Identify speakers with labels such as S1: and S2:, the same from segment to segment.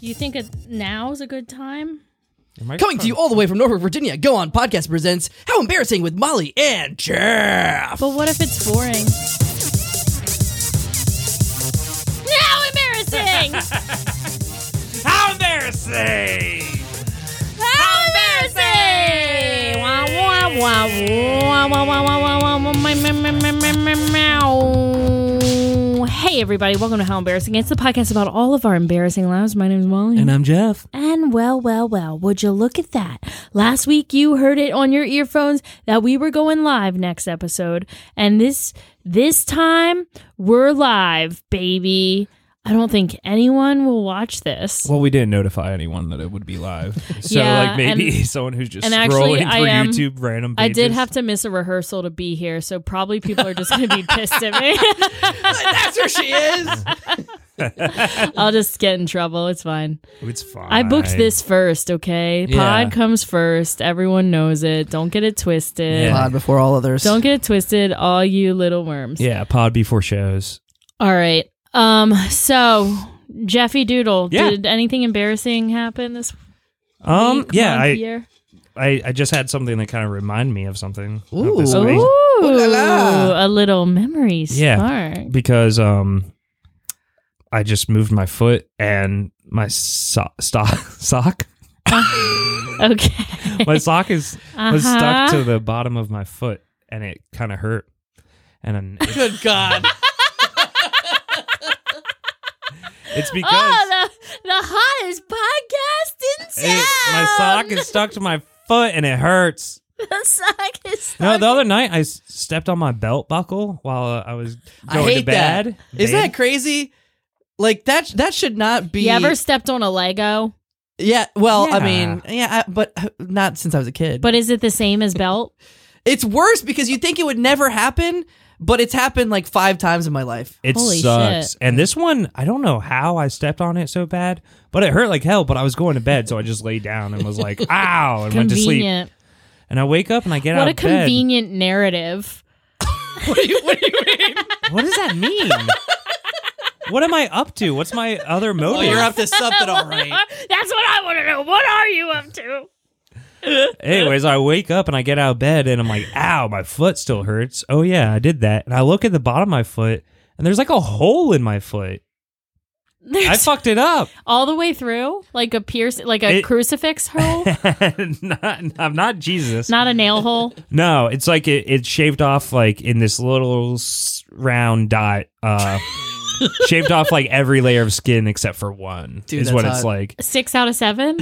S1: Do you think it now's a good time?
S2: Coming to you all the way from Norfolk, Virginia, Go On Podcast presents How Embarrassing with Molly and Jeff.
S1: But what if it's boring? Now embarrassing!
S3: How embarrassing!
S1: How embarrassing! Wah, wah, wah, wah, wah, wah, wah, wah, wah, meow, meow, meow, meow, meow, meow. Hey everybody, welcome to How Embarrassing. It's the podcast about all of our embarrassing lives. My name is Molly.
S2: I'm Jeff.
S1: And well, well, well, would you look at that? Last week you heard it on your earphones that we were going live next episode. And this this time we're live, baby. I don't think anyone will watch this.
S3: Well, we didn't notify anyone that it would be live. So,
S1: Yeah,
S3: like, maybe
S1: and-
S3: someone who's just
S1: and
S3: scrolling
S1: actually,
S3: through
S1: I am-
S3: YouTube random
S1: I
S3: pages.
S1: did have to miss a rehearsal to be here, so probably people are just going to be pissed at me.
S2: That's where she is.
S1: I'll just get in trouble. It's fine.
S3: It's fine.
S1: I booked this first, okay?
S3: Yeah.
S1: Pod comes first. Everyone knows it. Don't get it twisted.
S3: Yeah.
S2: Pod before all others.
S1: Don't get it twisted, all you little worms.
S3: Yeah, pod before shows.
S1: All right. Um. So, Jeffy Doodle,
S3: Yeah.
S1: did anything embarrassing happen this
S3: Um,
S1: week?
S3: yeah,
S1: month,
S3: I,
S1: year?
S3: I, I just had something that kind of reminded me of something. of
S2: Ooh.
S3: this week.
S1: Ooh, Oh.
S2: Ooh la
S1: a little memory
S3: Yeah.
S1: spark.
S3: because um I just moved my foot and my so- sock sock
S1: Okay.
S3: my sock is was
S1: Uh-huh.
S3: stuck to the bottom of my foot and it kind of hurt and then it-
S2: Good God.
S3: it's because
S1: Oh, the, the hottest podcast in town.
S3: it- my sock is stuck to my foot and it hurts.
S1: the sock is.
S3: No, the other night I s- stepped on my belt buckle while uh, I was
S2: I
S3: going to
S2: hate that.
S3: bed.
S2: Is
S3: Bed.
S2: that crazy? Like that that should not be
S1: You ever stepped on a Lego?
S2: Yeah, well, I
S3: Yeah.
S2: mean, yeah, I, but uh, not since I was a kid.
S1: But is it the same as belt?
S2: it's worse because you think it would never happen, but it's happened like 5 times in my life.
S3: It
S1: Holy
S3: sucks. And this one, I don't know how I stepped on it so bad, but it hurt like hell. But I was going to bed, so I just laid down and was like, ow, and went to sleep.
S1: Convenient.
S3: And I wake up and I get
S1: What
S3: out
S1: a
S3: of bed.
S1: convenient narrative.
S2: what, do you, what do you mean?
S3: What does that mean? what am I up to? What's my other motive?
S2: Oh, you're up to something all right.
S1: Uh, That's what I want to know. What are you up to?
S3: Anyways, I wake up and I get out of bed and I'm like, ow, my foot still hurts. Oh, yeah, I did that. And I look at the bottom of my foot and there's like a hole in my foot.
S1: There's
S3: I fucked it up.
S1: all the way through, like a pierce, like a
S3: It-
S1: crucifix hole,
S3: not, I'm not Jesus.
S1: not a nail hole.
S3: No, it's like it, it's shaved off like in this little s- round dot. Uh, shaved off like every layer of skin except for one
S2: Dude,
S3: is
S2: that's
S3: what
S2: hot.
S3: it's like.
S1: Six out of seven,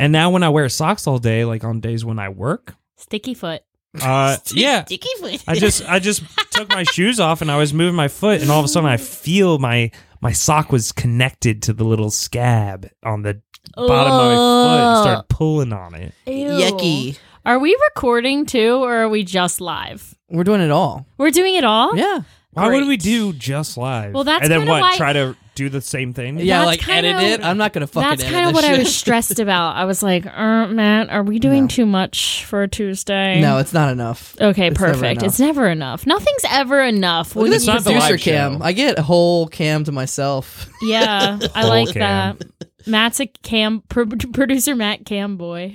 S3: And now when I wear socks all day, like on days when I work,
S1: sticky foot.
S3: uh, yeah,
S1: Sticky foot.
S3: I just I just took my shoes off and I was moving my foot, and all of a sudden I feel my my sock was connected to the little scab on the bottom of my foot and
S1: Oh.
S3: started pulling on it.
S2: Yucky.
S1: Are we recording too, or are we just live?
S2: We're doing it all.
S1: We're doing it all.
S2: Yeah.
S3: Why would
S1: Great.
S3: we do just live?
S1: Well, that's
S3: and then
S1: kinda
S3: what?
S1: why-
S3: Try to do the same thing.
S2: Yeah,
S1: That's
S2: like
S1: kinda-
S2: edit it. I'm not gonna fucking.
S1: That's
S2: edit
S1: kind of
S2: this
S1: what I
S2: shit.
S1: was stressed about. I was like, uh, Matt, are we doing
S2: No.
S1: too much for a Tuesday?
S2: No, it's not enough.
S1: Okay,
S2: It's never
S1: perfect.
S2: enough.
S1: it's never enough. Nothing's ever enough.
S2: Look
S1: when
S2: at this
S1: you-
S3: not the
S2: producer
S3: live show.
S2: cam. I get a whole cam to myself.
S1: yeah, I
S3: Whole
S1: like
S3: cam.
S1: that. Matt's a cam pro- producer. Matt cam boy.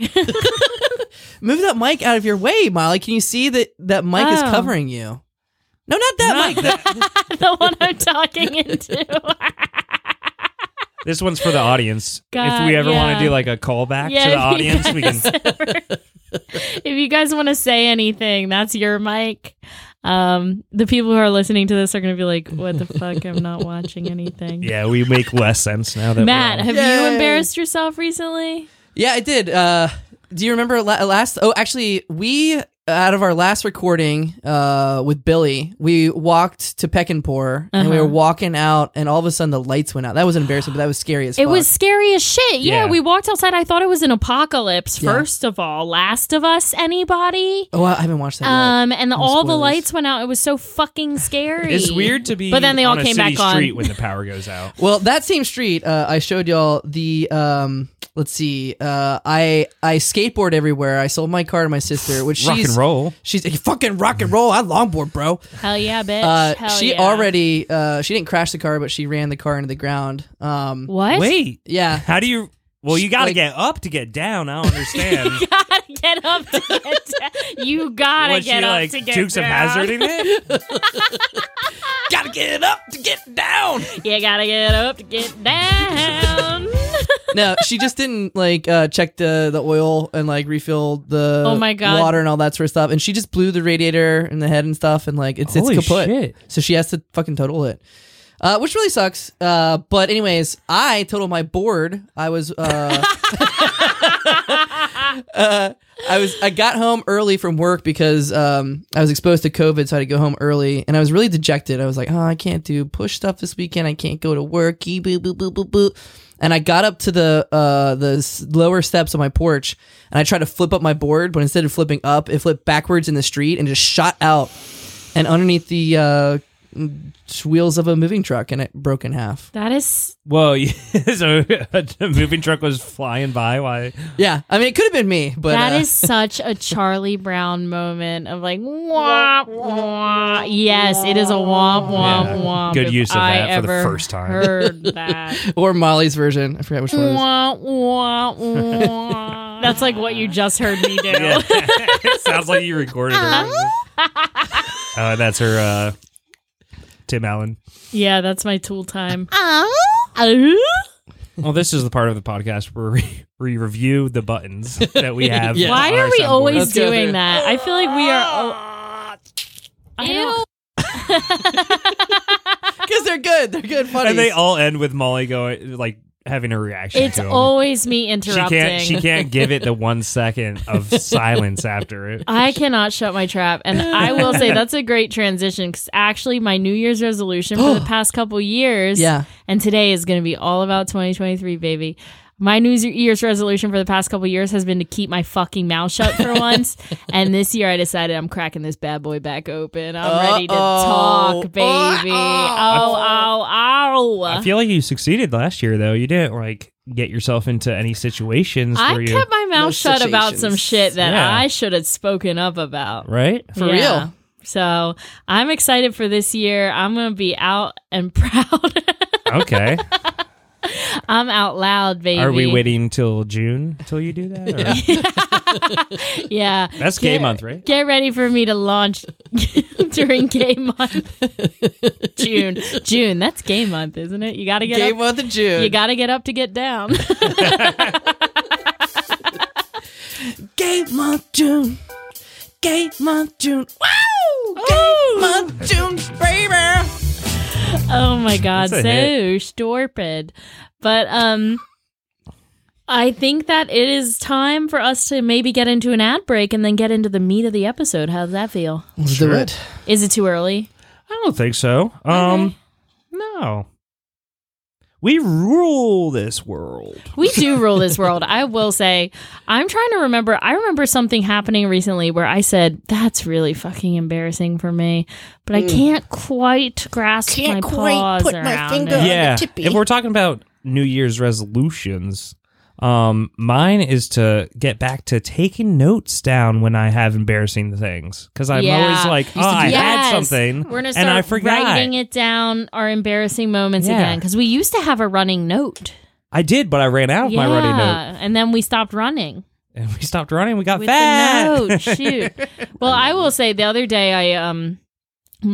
S2: Move that mic out of your way, Molly. Can you see that that mic is
S1: Oh.
S2: covering you? No, not that
S3: Not
S2: mic.
S1: the one I'm talking into.
S3: This one's for the audience.
S1: God,
S3: if we ever want
S1: yeah.
S3: to do like a callback
S1: Yeah, if
S3: to the
S1: you
S3: audience, we can.
S1: if you guys want to say anything, that's your mic. Um, the people who are listening to this are going to be like, "What the fuck? I'm not watching anything."
S3: Yeah, we make less sense now that
S1: Matt,
S3: We're
S1: have you
S2: Yay.
S1: embarrassed yourself recently?
S2: Yeah, I did. Uh, do you remember la- last? Oh, actually, we out of our last recording uh, with Billy, we walked to Peckinpah and we
S1: Uh-huh.
S2: were walking out, and all of a sudden the lights went out. That was embarrassing, but that was scary as
S1: It
S2: fuck.
S1: was scary as shit. Yeah,
S3: Yeah.
S1: we walked outside. I thought it was an apocalypse.
S2: Yeah.
S1: First of all, Last of Us, anybody?
S2: Oh, I haven't watched that. yet.
S1: Um, and the,
S2: No
S1: all the
S2: spoilers.
S1: lights went out. It was so fucking scary.
S3: It's weird to be.
S1: But then they all
S3: on a
S1: came
S3: city
S1: back on.
S3: street when the power goes out.
S2: Well, that same street, uh, I showed y'all the um, Let's see. Uh, I I skateboard everywhere. I sold my car to my sister, which
S3: Rock
S2: she's
S3: and roll.
S2: She's fucking rock and roll. I longboard, bro.
S1: Hell yeah, bitch.
S2: Uh,
S1: Hell
S2: she
S1: yeah.
S2: already uh, she didn't crash the car, but she ran the car into the ground. Um,
S1: What?
S3: Wait,
S2: yeah,
S3: how do you? Well, you got to
S2: Like-
S3: get up to get down. I don't understand.
S1: You gotta get up to get down. You gotta
S3: Was
S1: get
S3: she
S1: up
S3: like
S1: to get
S3: Dukes
S1: down.
S3: of Hazarding it?
S2: gotta get it up to get down.
S1: You gotta get up to get down.
S2: no, she just didn't like uh, check the the oil and like refill the
S1: Oh my God.
S2: water and all that sort of stuff. And she just blew the radiator and the head and stuff, and like it's
S3: Holy
S2: it's kaput.
S3: shit.
S2: So she has to fucking total it. Uh, which really sucks. Uh, but anyways, I totaled my board. I was uh, uh, I was I got home early from work because um, I was exposed to COVID, so I had to go home early, and I was really dejected. I was like, oh, I can't do push stuff this weekend. I can't go to work. Ee, Boo, boo, boo, boo, boo. And I got up to the uh, the s- lower steps of my porch, and I tried to flip up my board, but instead of flipping up, it flipped backwards in the street and just shot out and underneath the uh, wheels of a moving truck, and it broke in half.
S1: that is
S3: Whoa! yeah, so a moving truck was flying by. Why?
S2: Yeah, I mean, it could have been me, but
S1: that
S2: uh,
S1: is such a Charlie Brown moment of like womp womp. Yes, it is a womp womp
S3: Yeah,
S1: womp.
S3: good
S1: if
S3: use of
S1: I
S3: that for the
S1: ever
S3: first time.
S1: Heard that.
S2: or Molly's version. I forgot which one. It was.
S1: womp womp womp. That's like what you just heard me do.
S3: Yeah. it sounds like you recorded her. Uh, that's her. Uh, Tim Allen.
S1: Yeah, that's my tool time. Oh.
S3: Well, this is the part of the podcast where we, we review the buttons that we have.
S2: Yeah.
S3: on
S1: Why
S3: our
S1: are we
S3: soundboard.
S1: always
S2: Let's go
S1: doing
S2: there.
S1: that? I feel like we are. Oh, I don't.
S2: Because they're good. They're good funnies.
S3: And they all end with Molly going like having a reaction.
S1: It's
S3: to 'em.
S1: always me
S3: she
S1: interrupting.
S3: can't. She can't give it the one second of silence after it.
S1: I cannot shut my trap. And I will say that's a great transition because actually, my New Year's resolution for the past couple years,
S2: Yeah.
S1: and today is going to be all about 2023, baby. My New Year's resolution for the past couple years has been to keep my fucking mouth shut for once. and this year I decided I'm cracking this bad boy back open. I'm ready to
S2: Uh-oh.
S1: talk, baby.
S2: Uh-oh.
S1: Oh, oh,
S3: I
S1: oh.
S3: feel like you succeeded last year, though. You didn't like get yourself into any situations
S1: I
S3: where you
S1: kept my mouth
S2: Those
S1: shut about some
S2: situations.
S1: shit that
S3: Yeah.
S1: I should have spoken up about.
S3: right.
S2: For real.
S1: So I'm excited for this year. I'm going to be out and proud.
S3: Okay.
S1: I'm out loud, baby.
S3: Are we waiting till June till you do that? or-
S1: Yeah.
S3: That's gay month, right?
S1: Get ready for me to launch during gay month. June. June. That's gay month, isn't it? You got to get
S2: Gay
S1: up.
S2: month of June.
S1: You got to get up to get down.
S2: Gay month June. Gay month June. Wow. Gay month June, baby.
S1: oh my god, so
S3: That's a hit.
S1: stupid. But um I think that it is time for us to maybe get into an ad break and then get into the meat of the episode. How does that feel?
S2: Let's
S3: Sure.
S2: do it.
S1: Is it too early?
S3: I don't think so. Um,
S1: Okay.
S3: no. We rule this world.
S1: We do rule this world. I will say, I'm trying to remember. I remember something happening recently where I said, that's really fucking embarrassing for me, but I can't quite grasp
S4: Mm. Can't
S1: my
S4: quite
S1: paws
S4: put my
S1: around
S4: finger-
S1: it.
S4: Yeah.
S3: yeah.
S4: tippy.
S3: If we're talking about New Year's resolutions, um, mine is to get back to taking notes down when I have embarrassing things because I'm
S1: Yeah.
S3: always like, oh, I
S1: Yes.
S3: had something
S1: We're gonna start
S3: and I forgot.
S1: writing it down, our embarrassing moments
S3: Yeah.
S1: again, because we used to have a running note.
S3: I did, but I ran out of my running note
S1: and then we stopped running
S3: and we stopped running. We got
S1: with
S3: fat.
S1: the note. Shoot. well, I will say the other day, I um,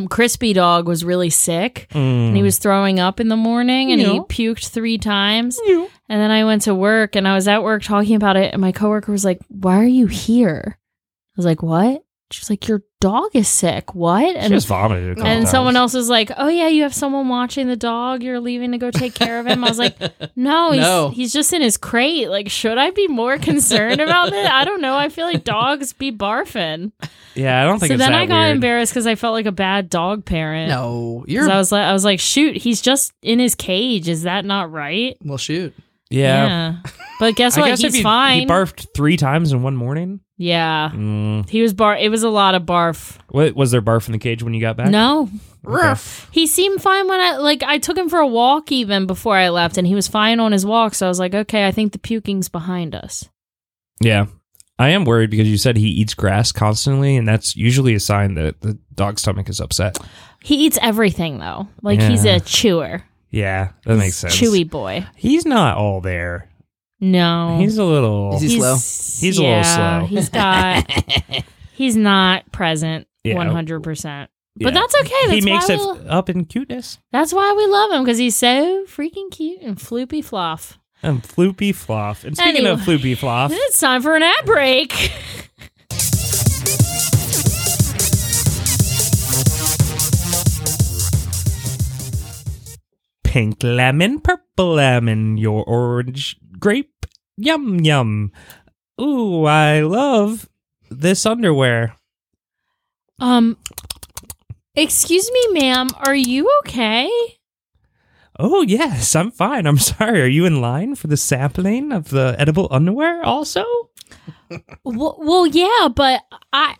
S1: crispy dog was really sick.
S3: Mm.
S1: And he was throwing up in the morning and he puked three times. And then I went to work and I was at work talking about it. And my coworker was like, Why are you here? I was like, What? She was like, Your dog is sick. What?
S3: She
S1: And,
S3: just vomited. A couple
S1: and
S3: times.
S1: someone else was like, Oh, yeah, you have someone watching the dog. You're leaving to go take care of him. I was like, No, he's,
S2: No.
S1: he's just in his crate. Like, should I be more concerned about this? I don't know. I feel like dogs be barfing.
S3: Yeah, I don't think
S1: So
S3: it's
S1: then
S3: that
S1: I got
S3: weird.
S1: embarrassed because I felt like a bad dog parent.
S2: No,
S1: 'Cause
S2: you're.
S1: I was like, I was like, shoot, he's just in his cage. Is that not right?
S2: well, shoot.
S3: Yeah.
S1: But guess
S3: I
S1: what?
S3: guess
S1: he's
S3: if he,
S1: fine.
S3: he barfed three times in one morning.
S1: yeah.
S3: Mm.
S1: He was bar. It was a lot of barf.
S3: What was there barf in the cage when you got back?
S1: No,
S2: Ruff.
S1: He seemed fine when I like I took him for a walk even before I left and he was fine on his walk so I was like okay I think the puking's behind us.
S3: Yeah. I am worried because you said he eats grass constantly, and that's usually a sign that the dog's stomach is upset.
S1: He eats everything though. Like he's
S3: Yeah.
S1: a chewer.
S3: Yeah, that makes sense.
S1: Chewy boy.
S3: He's not all there.
S1: No.
S3: He's a little.
S2: Is he-
S1: slow.
S3: He's a little slow.
S1: He's got he's not present
S3: Yeah.
S1: 100%.
S3: Yeah.
S1: But that's okay. That's
S3: he makes
S1: why
S3: it
S1: we,
S3: f- up in cuteness.
S1: That's why we love him cuz he's so freaking cute and floopy fluff.
S3: And Um, floopy floff. And speaking of floopy floff,
S1: It's time for an ad break.
S3: pink lemon, purple lemon, your orange grape. Yum yum. Ooh, I love this underwear.
S1: Um, excuse me, ma'am. Are you okay?
S3: Oh yes, I'm fine. I'm sorry. Are you in line for the sampling of the edible underwear also?
S1: Well, well yeah, but I,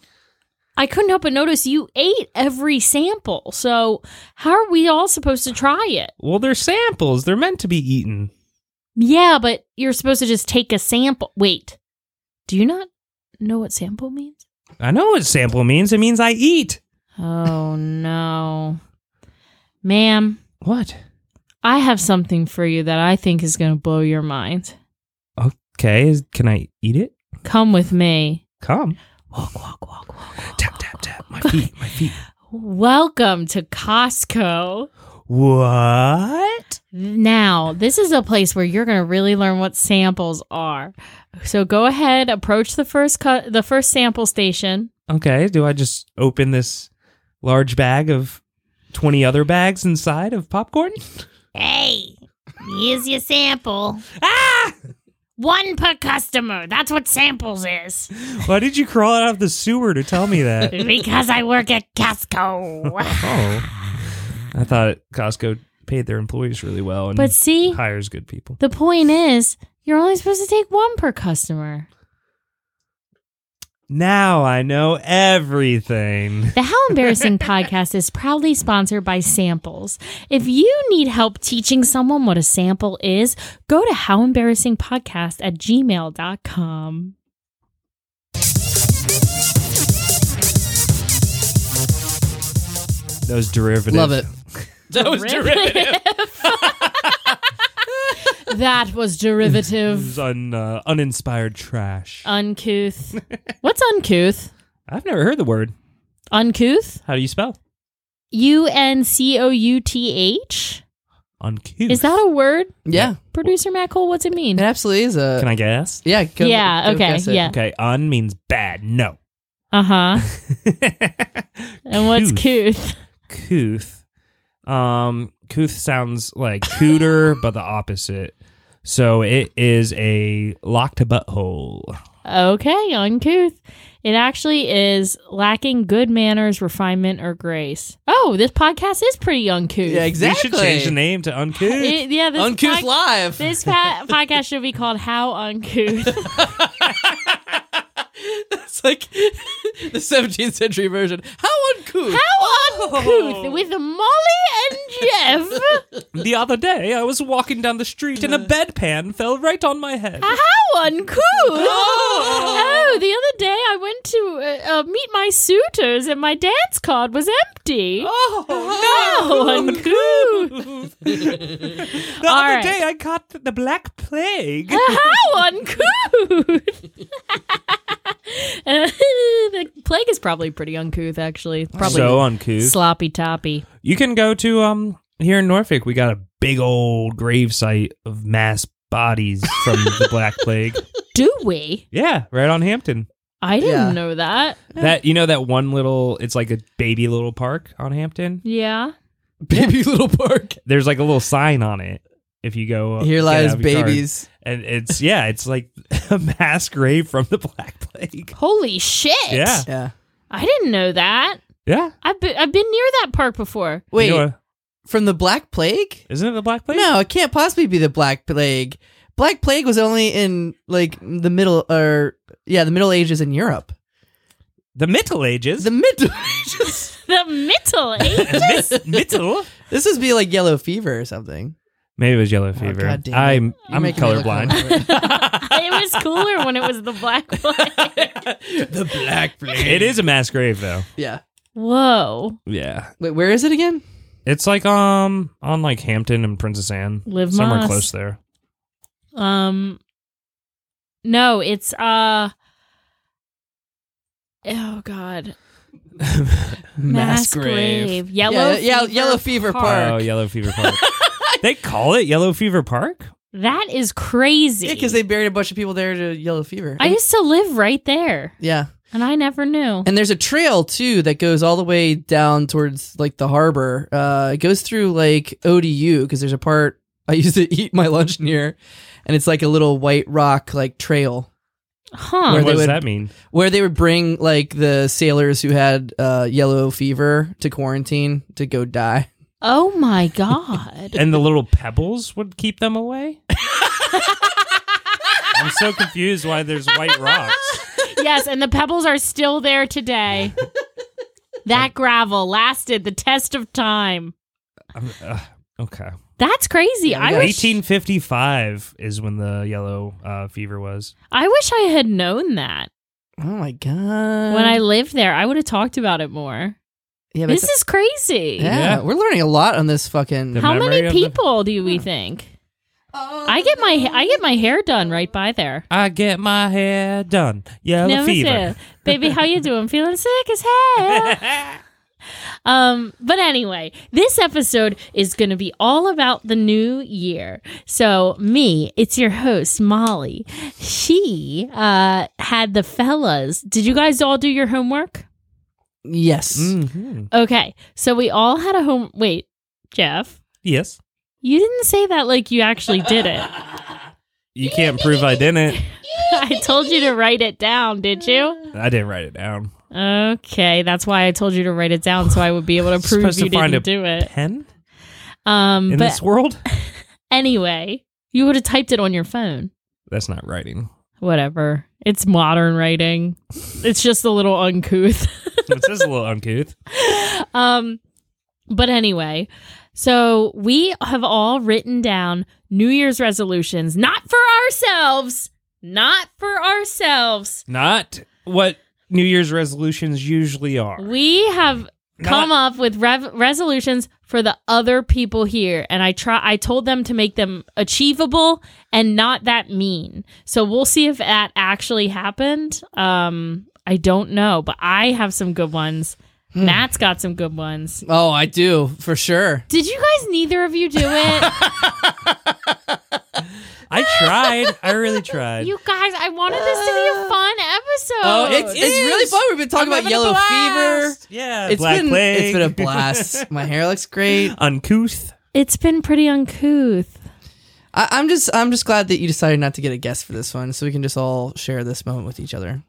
S1: I couldn't help but notice you ate every sample. So how are we all supposed to try it?
S3: Well, they're samples. They're meant to be eaten.
S1: Yeah, but you're supposed to just take a sample. Wait, do you not know what sample means?
S3: I know what sample means. It means I eat.
S1: Oh no, ma'am.
S3: What?
S1: I have something for you that I think is going to blow your mind.
S3: Okay, is- can I eat it?
S1: Come with me.
S3: Come.
S1: Walk, walk, walk, walk. walk,
S3: Tap,
S1: walk,
S3: tap,
S1: walk,
S3: tap.
S1: walk,
S3: My
S1: walk.
S3: feet, my feet.
S1: Welcome to Costco.
S3: What?
S1: Now, this is a place where you're going to really learn what samples are. So go ahead, approach the first cu- the first sample station.
S3: Okay, do I just open this large bag of 20 other bags inside of popcorn?
S1: Hey, here's your sample.
S3: Ah!
S1: One per customer. That's what samples is.
S3: Why did you crawl out of the sewer to tell me that?
S1: Because I work at Costco.
S3: oh. I thought Costco paid their employees really well and
S1: but see,
S3: hires good people.
S1: the point is, you're only supposed to take one per customer.
S3: Now I know everything.
S1: The How Embarrassing podcast is proudly sponsored by Samples. If you need help teaching someone what a sample is, go to howembarrassingpodcast at gmail.com.
S3: Those derivatives.
S2: Love it. That was
S1: Derivative. that was derivative.
S3: This un, uh, uninspired trash.
S1: Uh, Uncouth. What's uncouth?
S3: I've never heard the word.
S1: Uncouth?
S3: How do you spell?
S1: U N C O U T H?
S3: Uncouth.
S1: Is that a word?
S2: Yeah,
S1: Producer Matt Cole, what's it
S2: it
S1: mean?
S2: absolutely is a.
S3: Can I guess?
S2: yeah, go,
S1: Yeah,
S2: go
S1: okay,
S2: guess it.
S1: yeah.
S3: Okay, un means bad. No.
S1: Uh huh. And what's
S3: Couth.
S1: couth?
S3: Couth. Um, couth sounds like cooter, but the opposite. So it is a locked butthole.
S1: Okay, uncouth. It actually is lacking good manners, refinement, or grace. Oh, this podcast is pretty uncouth.
S2: Yeah, exactly.
S3: We should change the name to uncouth.
S1: It- yeah, this
S2: Uncouth
S1: pod-
S2: Live.
S1: This pa- podcast should be called "How Uncouth."
S2: That's like the 17th century version. How uncouth.
S1: How uncouth with Molly and Jeff.
S3: the other day, I was walking down the street and a
S1: Uh.
S3: bedpan fell right on my head.
S1: How uncouth! Oh, the other day I went to uh, uh, meet my suitors, and my dance card was empty. Oh, no! uncouth!
S3: the
S1: Ah, all
S3: other
S1: right.
S3: day, I caught the black plague.
S1: How uncouth! Uh, the plague is probably pretty uncouth, actually. Probably
S3: so uncouth.
S1: sloppy toppy.
S3: You can go to um here in Norfolk. We got a big old grave site of mass bodies from the Black Plague.
S1: Do we?
S3: Yeah, right on Hampton.
S1: I didn't
S2: Yeah.
S1: know that.
S2: Oh.
S3: That you know that one little it's like a baby little park on Hampton.
S1: Yeah.
S2: Baby Little Park.
S3: There's like a little sign on it. If you go
S2: Here
S3: get out
S2: lies
S3: of your car.
S2: babies.
S3: and it's yeah, it's like a mass grave from the Black Plague.
S1: Holy shit!
S3: Yeah.
S2: Yeah.
S1: I didn't know that.
S3: Yeah,
S1: I've been, I've been near that park before.
S2: Wait,
S3: You know, uh,
S2: from the Black Plague?
S3: isn't it the Black Plague?
S2: No, it can't possibly be the Black Plague. Black Plague was only in like the middle or yeah, the Middle Ages in Europe.
S3: The Middle Ages.
S2: The middle ages.
S1: The middle age.
S3: Mid- middle.
S2: This would be like yellow fever or something.
S3: Maybe it was yellow fever.
S2: Oh, God damn it.
S3: I'm
S2: You're
S3: I'm
S2: making me look
S3: colorblind.
S1: it was cooler when it was the black one.
S2: colorblind. the black plague.
S3: it is a mass grave though.
S2: Yeah.
S1: Whoa.
S3: Yeah,
S2: Wait, where is it again?
S3: it's like um on like Hampton and Princess Anne,
S1: Live
S3: somewhere
S1: Moss.
S3: close there.
S1: Um No, it's uh Oh god. Mass grave. Yellow
S2: Yeah, yeah,
S1: fever
S2: Yellow Fever
S1: Park.
S2: Park.
S3: Oh, Yellow Fever Park. they call it Yellow Fever Park.
S1: That is crazy.
S2: Yeah, because they buried a bunch of people there to yellow fever.
S1: I used to live right there
S2: yeah.
S1: and I never knew.
S2: And there's a trail too that goes all the way down towards like the harbor. Uh, it goes through like ODU because there's a part I used to eat my lunch near, and it's like a little white rock like trail
S1: Huh.
S2: Where
S3: what
S2: they
S3: does
S2: would-
S3: that mean?
S2: where they would bring like the sailors who had uh, yellow fever to quarantine to go die.
S1: Oh my god.
S3: And the little pebbles would keep them away. I'm so confused why there's white rocks.
S1: yes, and the pebbles are still there today. that gravel lasted the test of time.
S3: I'm- uh, okay.
S1: That's crazy.
S2: Yeah, we
S1: I
S2: got-
S1: wish
S3: 1855 is when the yellow uh, fever was.
S1: I wish I had known that
S2: Oh my god!
S1: when I lived there. I would have talked about it more.
S2: Uh, yeah, but
S1: This is crazy.
S2: yeah,
S3: Yeah.
S2: we're learning a lot on this fucking.
S3: The
S1: How
S3: memory
S1: many
S3: of the-
S1: people do
S2: Hmm.
S1: we think? I get my I get my hair done right by there.
S3: I get my hair done. Yellow
S1: Never
S3: fever.
S1: said, Baby, how you doing? Feeling sick as hell. Um, but anyway, this episode is going to be all about the new year. So, me, it's your host, Molly. She uh, had the fellas. Did you guys all do your homework?
S2: yes.
S1: Mm.
S3: Mhm.
S1: Okay. So, we all had a home. Wait, Jeff,
S3: Yes.
S1: you didn't say that like you actually did it.
S3: You can't prove I didn't.
S1: I told you to write it down, did you?
S3: I didn't write it down.
S1: Okay. That's why I told you to write it down so I would be able to prove
S3: Supposed to
S1: you
S3: find
S1: didn't
S3: a
S1: do it.
S3: Pen
S1: Um,
S3: in
S1: but
S3: this world?
S1: anyway, you would have typed it on your phone.
S3: That's not writing.
S1: whatever. It's modern writing. It's just a little uncouth.
S3: It's just a little uncouth.
S1: Um but anyway, so we have all written down New Year's resolutions, not for ourselves, not for ourselves.
S3: Not what New Year's resolutions usually are.
S1: We have
S3: Not-
S1: come up with rev- resolutions for the other people here and I try I told them to make them achievable and not that mean. So we'll see if that actually happened. Um I don't know, but I have some good ones.
S2: Hmm.
S1: Matt's got some good ones.
S2: Oh, I do for sure.
S1: Did you guys neither of you do it?
S3: I tried. I really tried.
S1: you guys, I wanted this to be a fun episode.
S2: Oh, it's it's
S3: It
S2: really
S3: is.
S2: fun. We've been talking about yellow fever.
S3: Yeah.
S2: It's
S3: Black
S2: been
S3: plague.
S2: it's been a blast. My hair looks great.
S3: uncouth.
S1: it's been pretty uncouth.
S2: I, I'm just I'm just glad that you decided not to get a guest for this one, so we can just all share this moment with each other.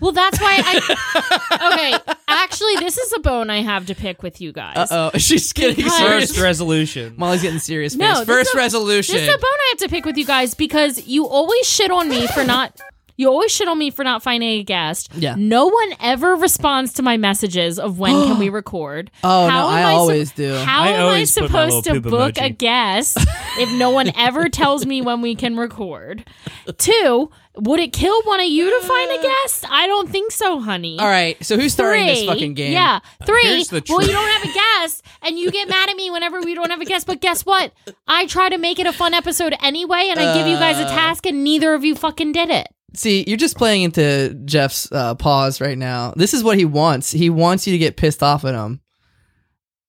S1: Well, that's why I. okay, actually, this is a bone I have to pick with you guys.
S2: Uh oh, she's getting
S1: Because-
S2: serious.
S3: First resolution.
S2: Molly's getting serious.
S1: No,
S2: face.
S1: this
S2: first
S1: is a-
S2: resolution.
S1: This is a bone I have to pick with you guys because you always shit on me for not. You always shit on me for not finding a guest.
S2: Yeah.
S1: No one ever responds to my messages of when can we record.
S2: Oh, no,
S1: am
S2: I
S1: sup-
S2: always do.
S1: How
S3: I
S1: am
S3: always
S1: I
S3: put my
S1: supposed to
S3: little poop
S1: book a
S3: emoji.
S1: guest if no one ever tells me when we can record? Two, would it kill one of you to find a guest? I don't think so, honey.
S2: Uh, all right, so who's starting this
S1: Three,
S2: fucking game?
S1: Yeah. Three.
S3: Uh, Here's the
S1: well, you
S3: truth.
S1: don't have a guest, and you get mad at me whenever we don't have a guest. But guess what? I try to make it a fun episode anyway, and I give you guys a
S3: Uh.
S1: task, and neither of you fucking did it.
S2: See, you're just playing into Jeff's uh, pause right now. This is what he wants. He wants you to get pissed off at him,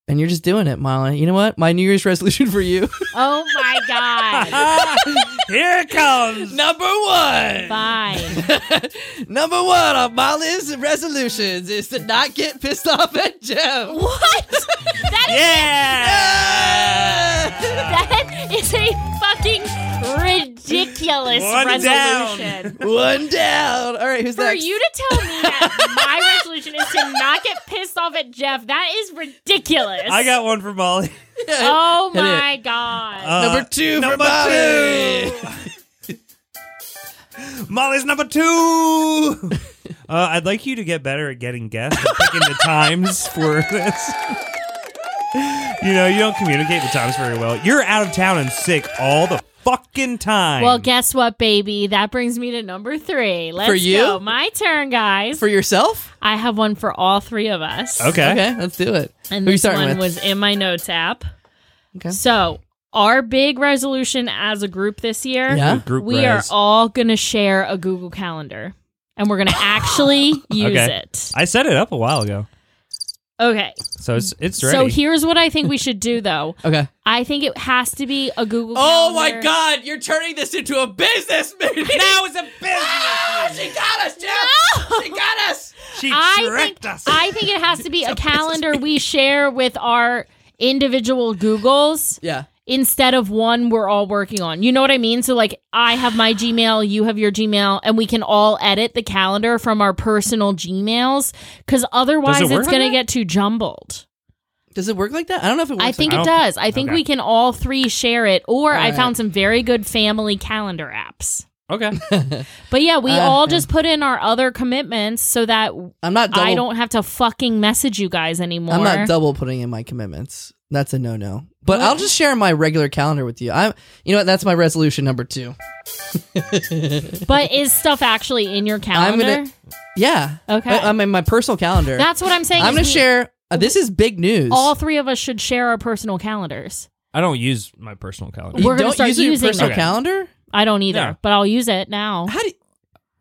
S2: and you're just doing it, Molly. You know what? My New Year's resolution for you.
S1: Oh my god.
S3: Ah, here it comes.
S2: Number one.
S1: Fine.
S2: Number one on my list of resolutions is to not get pissed off at Jeff.
S1: What? That is
S2: Yeah!
S1: That is a fucking ridiculous
S3: One
S1: resolution.
S2: One down. All right, who's
S1: For
S2: next?
S1: you to tell me that my resolution is to not get pissed off at Jeff, that is ridiculous.
S3: I got one for Molly.
S1: Oh
S2: Hit it.
S1: my god.
S3: Uh,
S2: number two
S3: number
S2: for Molly.
S3: two. Molly's number two. Uh, I'd like you to get better at getting guests and picking the times for this. you know, you don't communicate the times very well. You're out of town and sick all the fucking time.
S1: Well, guess what, baby? That brings me to number three. Let's
S2: For you?
S1: go. My turn, guys.
S2: For yourself?
S1: I have one for all three of us.
S3: okay.
S2: Okay, let's do it.
S1: And
S2: Who are you
S1: this
S2: starting
S1: one
S2: with?
S1: was in my notes app.
S2: Okay.
S1: So our big resolution as a group this year,
S2: Yeah.
S3: Ooh, Group
S1: we
S3: res.
S1: are all gonna share a Google Calendar. And we're gonna actually use
S3: Okay.
S1: it.
S3: I set it up a while ago,
S1: Okay.
S3: so it's it's ready.
S1: So here's what I think we should do though.
S2: Okay.
S1: I think it has to be a Google
S2: Oh my
S1: Calendar.
S2: God! You're turning this into a business meeting.
S3: now it's a business.
S2: Ah, she got us, Jeff. She got us.
S3: She
S1: I
S3: tricked
S1: think,
S3: us.
S1: I think it has to be a calendar we share with our individual Googles
S2: Yeah.
S1: instead of one we're all working on. You know what I mean? So, like, I have my Gmail, you have your Gmail, and we can all edit the calendar from our personal Gmails because otherwise
S3: work
S1: it's
S3: like
S1: going to
S3: that?
S1: get too jumbled.
S2: Does it work like that? I don't know if it works.
S1: I think
S3: I
S1: it
S3: don't-
S1: does. I think
S3: okay.
S1: we can all three share it, or I
S2: Alright.
S1: found some very good family calendar apps.
S3: okay.
S1: But yeah, we
S2: Uh,
S1: all
S2: yeah.
S1: just put in our other commitments so that
S2: Like I'm not. Double,
S1: I don't have to fucking message you guys anymore.
S2: I'm not double putting in my commitments. That's a no no. But I'll just share my regular calendar with you. I'm. You know what? That's my resolution number two.
S1: But is stuff actually in your
S2: I'm
S1: calendar?
S2: gonna- Yeah.
S1: Okay.
S2: I, am in my personal calendar.
S1: That's what I'm saying.
S2: I'm
S1: is
S2: gonna
S1: we-
S2: share. uh, this is big news.
S1: All three of us should share our personal calendars.
S3: I don't use my personal calendar.
S2: you
S1: we're gonna
S2: don't
S1: start
S2: use your
S1: using
S2: personal
S3: it.
S2: calendar.
S1: I don't either,
S3: Yeah.
S1: but I'll use it now.
S2: How do? You,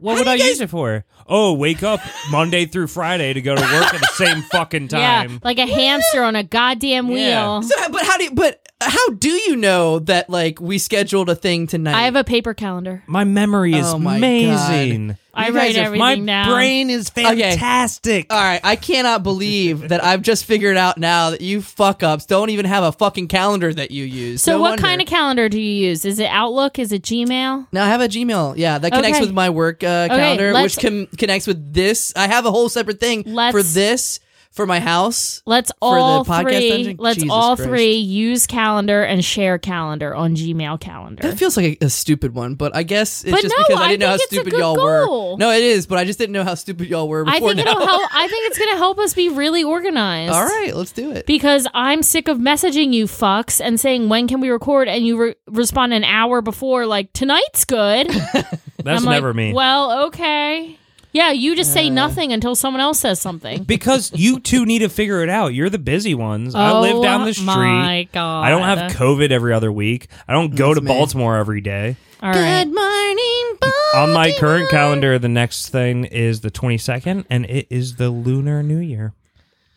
S3: What
S2: How
S3: would
S2: do
S3: I
S2: you
S3: use it for? Oh, wake up Monday through Friday to go to work at the same fucking time.
S1: Yeah, like a hamster on a goddamn
S3: Yeah.
S1: wheel.
S2: so, but how do? You, but how do you know that like we scheduled a thing tonight?
S1: I have a paper calendar.
S3: My memory is
S2: Oh my
S3: amazing.
S1: I
S2: guys
S1: write
S2: are-
S1: everything
S3: My
S1: down.
S3: brain is fantastic.
S2: All right, I cannot believe that I've just figured out now that you fuck ups don't even have a fucking calendar that you use.
S1: so,
S2: No
S1: what
S2: wonder.
S1: kind of calendar do you use? Is it Outlook? Is it Gmail?
S2: Now I have a Gmail, yeah, that connects
S1: Okay.
S2: with my work uh, calendar,
S1: let's-
S2: which com- connects with this. I have a whole separate thing
S1: Let's-
S2: for this, for my house.
S1: Let's
S2: For the
S1: all
S2: podcast
S1: three.
S2: dungeon?
S1: Let's
S2: Jesus
S1: all
S2: Christ.
S1: three use calendar and share calendar on Gmail calendar.
S2: That feels like a, a stupid one, but I guess it's
S1: But
S2: just
S1: no,
S2: because I
S1: I
S2: didn't know how
S1: think it's a
S2: stupid
S1: good
S2: y'all
S1: goal.
S2: were. No, it is, but I just didn't know how stupid y'all were
S1: I
S2: before
S1: think
S2: now.
S1: it'll help. I think it's gonna help us be really organized.
S2: All right, let's do it.
S1: because I'm sick of messaging you fucks and saying when can we record and you re- respond an hour before like tonight's good.
S3: That's
S1: I'm like,
S3: never me.
S1: Well, okay. Yeah, you just say nothing until someone else says something.
S3: because you two need to figure it out. You're the busy ones. I live down the
S1: Oh,
S3: street.
S1: My God,
S3: I don't have COVID every other week. I don't go to
S2: me.
S3: Baltimore every day.
S1: All right.
S2: morning,
S3: On my current calendar, the next thing is the 22nd, and it is the Lunar New Year.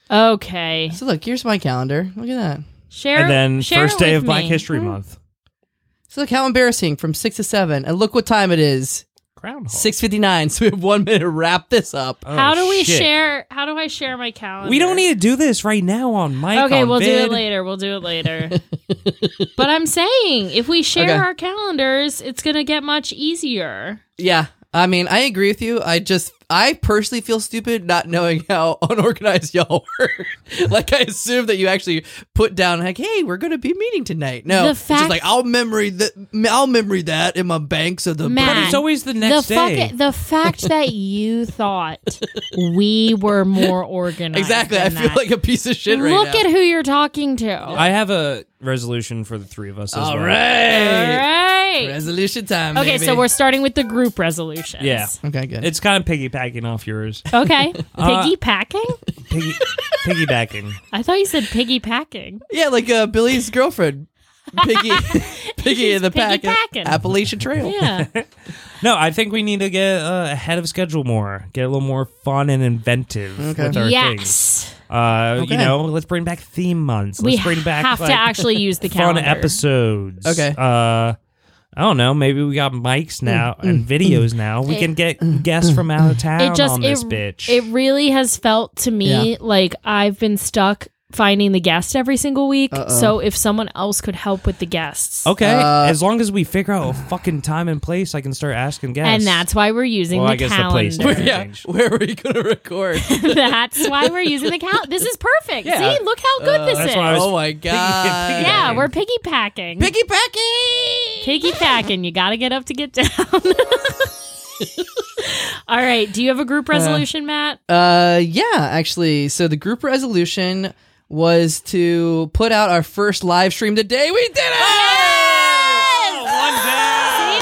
S1: Okay.
S2: So look, here's my calendar. Look at that.
S1: Share.
S3: And then
S1: share
S3: first
S1: it
S3: day
S1: with
S3: of Black
S1: me. Hmm.
S3: History Month.
S2: So look how embarrassing from six to seven, and look what time it is.
S3: Groundhog.
S2: Six fifty nine. So we have one minute to wrap this up.
S3: Oh,
S1: how do we
S3: shit.
S1: share? How do I share my calendar?
S3: We don't need to do this right now on mic.
S1: Okay,
S3: on
S1: we'll do
S3: vid.
S1: it later. We'll do it later. but I'm saying if we share
S2: Okay.
S1: our calendars, it's going to get much easier.
S2: Yeah. I mean, I agree with you. I just, I personally feel stupid not knowing how unorganized y'all were. like, I assume that you actually put down, like, hey, we're going to be meeting tonight. No,
S1: The
S2: it's
S1: fact-
S2: just like, I'll memory that, I'll memory that in my banks of the.
S1: Matt,
S3: But it's always the next
S1: the
S3: day.
S1: fuck- the fact that you thought we were more organized.
S2: exactly. I
S1: than
S2: feel
S1: that.
S2: like a piece of shit right
S1: Look
S2: now.
S1: at who you're talking to.
S3: I have a resolution for the three of us as
S2: All
S3: well.
S1: All
S2: right.
S1: right.
S2: Resolution time.
S1: Okay,
S2: baby.
S1: so we're starting with the group resolutions.
S3: Yeah.
S2: Okay, good.
S3: It's kind of piggybacking off yours.
S1: Okay.
S3: Uh,
S1: Piggy packing?
S3: Piggy, piggybacking.
S1: I thought you said piggy packing.
S2: yeah, like uh, Billy's girlfriend, Piggy, Piggy in the pack,
S1: piggybacking.
S2: Appalachian Trail.
S1: Yeah.
S3: No, I think we need to get uh, ahead of schedule more. Get a little more fun and inventive
S2: Okay.
S3: with our things.
S1: yes.
S3: Uh,
S2: Okay.
S3: You know, let's bring back theme months. Let's
S1: we
S3: bring back
S1: have
S3: like,
S1: to actually use the
S3: fun
S1: calendar.
S3: episodes.
S2: Okay. Mm,
S3: Uh, I don't know. Maybe we got mics now and videos now. We can get guests from out of town
S1: It just
S3: on this
S1: it,
S3: bitch.
S1: it really has felt to me
S2: Yeah.
S1: like I've been stuck finding the guest every single week. So if someone else could help with the guests.
S3: okay.
S2: Uh,
S3: as long as we figure out a fucking time and place, I can start asking guests.
S1: And that's why we're using
S3: Well,
S1: the
S3: I guess the place
S1: calendar.
S3: doesn't
S2: yeah.
S3: Change.
S2: Where were you going to record?
S1: that's why we're using the calendar. This is perfect.
S2: Yeah.
S1: See, look how good this
S3: Uh, that's
S1: is.
S3: why I was-
S2: Oh my god!
S1: yeah, we're piggy packing.
S2: piggy packing.
S1: piggy packing. You got to get up to get down. All right. Do you have a group resolution, Matt?
S2: Uh, yeah, actually. So the group resolution was to put out our first live stream the day we did it.
S3: Oh, one down.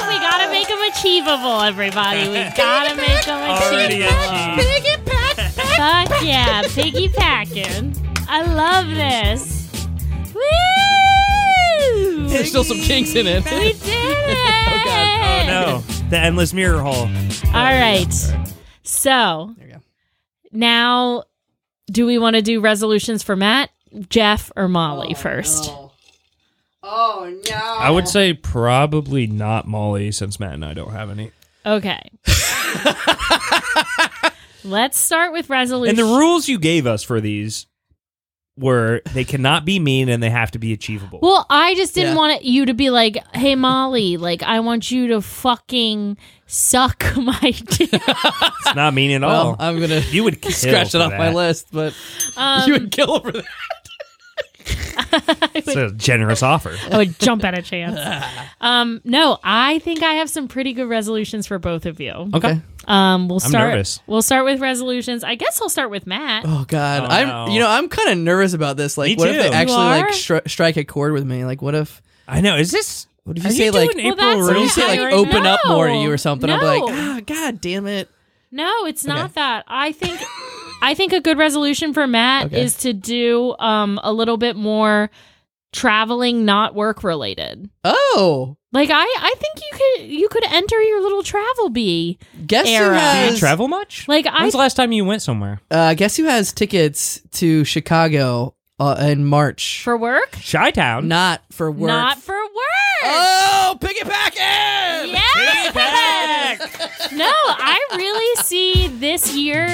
S1: See, we gotta make them achievable, everybody. We gotta make them
S3: Already
S1: achievable.
S3: achieved.
S1: Fuck yeah, piggybacking. I love this. Woo!
S2: There's still some kinks in it.
S1: We did it!
S2: Oh, God.
S3: Oh no, the endless mirror hole.
S1: All right. So
S2: There you go.
S1: now, do we want to do resolutions for Matt, Jeff, or Molly first?
S2: Oh no!
S5: I would say probably not Molly since Matt and I don't have any.
S1: Okay. Let's start with resolution.
S3: And the rules you gave us for these were they cannot be mean and they have to be achievable.
S1: Well, I just didn't
S2: Yeah.
S1: want it- you to be like, "Hey Molly, like I want you to fucking suck my dick."
S3: it's not mean at
S2: Well,
S3: all.
S2: I'm gonna
S3: you would Oh. kill
S2: scratch it
S3: for
S2: off my
S3: that.
S2: list, but
S1: Um,
S2: you would kill for that.
S3: It's a generous offer.
S1: I would jump at a chance. Um, no, I think I have some pretty good resolutions for both of you.
S2: Okay.
S1: Um, we'll
S3: I'm
S1: start.
S3: nervous.
S1: We'll start with resolutions. I guess I'll start with Matt.
S2: Oh God,
S3: Oh,
S2: I'm
S3: no.
S2: you know I'm kind of nervous about this. Like,
S3: Me
S2: what if
S3: too.
S2: they actually like
S1: are?
S2: stri- strike a chord with me? Like, what if
S3: I know. Is this?
S2: what if
S3: Are
S2: you say
S3: you
S2: like
S3: doing
S1: Well,
S3: April
S1: that's
S2: what if
S3: Rose?
S2: you say like
S1: Right.
S2: open up more to
S1: No.
S2: you or something? I'll be
S1: No.
S2: like, ah, God damn it!
S1: No, it's not that. I think I think a good resolution for Matt
S2: Okay.
S1: is to do um a little bit more traveling not work related.
S2: Oh,
S1: Like I I think you could you could enter your little travel bee.
S2: guess who
S1: Era.
S3: Do
S2: has
S3: you travel much?
S1: Like I
S3: When's the last time you went somewhere?
S2: Uh, guess who has tickets to Chicago uh, in March?
S1: for work?
S3: Chi Town.
S2: not for work.
S1: Not for work.
S2: oh, piggybacking!
S1: Yes! no, I really see this year.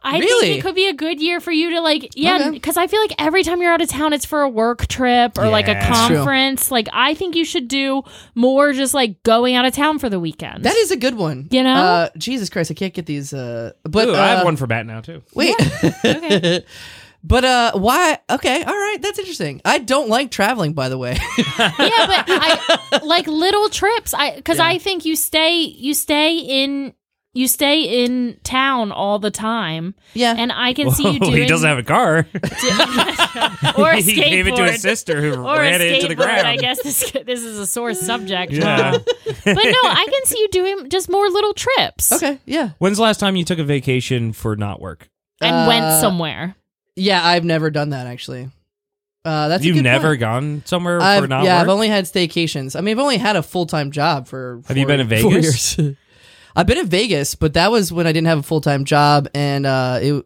S1: I
S2: Really?
S1: think it could be a good year for you to like, yeah,
S2: Okay.
S1: because I feel like every time you're out of town, it's for a work trip or like a
S3: Yeah. That's
S2: true.
S1: conference. Like, I think you should do more just like going out of town for the weekend.
S2: That is a good one.
S1: You know?
S2: uh, Jesus Christ, I can't get these. Uh, but
S3: Ooh, I
S2: uh,
S3: have one for Matt now too.
S2: Wait.
S1: Okay.
S2: but uh, why? Okay, all right, that's interesting. I don't like traveling, by the way.
S1: yeah, but I like little trips. I because I think you stay you stay in you stay in town all the time,
S2: yeah,
S1: and I can see you
S3: Whoa,
S1: doing.
S3: he doesn't have a car.
S1: or a
S3: he gave it to
S1: skateboard.
S3: his sister who
S1: or
S3: ran
S1: a
S3: it into the
S1: skateboard.
S3: ground.
S1: I guess this this is a sore subject.
S3: Yeah.
S1: Mom. but no, I can see you doing just more little trips.
S2: okay, yeah,
S3: When's the last time you took a vacation for not work?
S1: and went
S2: Uh,
S1: somewhere.
S2: yeah. I've never done that actually. Uh, that's a
S3: You've
S2: good
S3: never
S2: point.
S3: gone somewhere
S2: I've,
S3: for not
S2: yeah,
S3: work.
S2: I've only had staycations. I mean, I've only had a full time job for.
S3: Have you
S2: four-
S3: been to
S2: four
S3: Vegas?
S2: years. I've been in Vegas, but that was when I didn't have a full time job, and uh, it.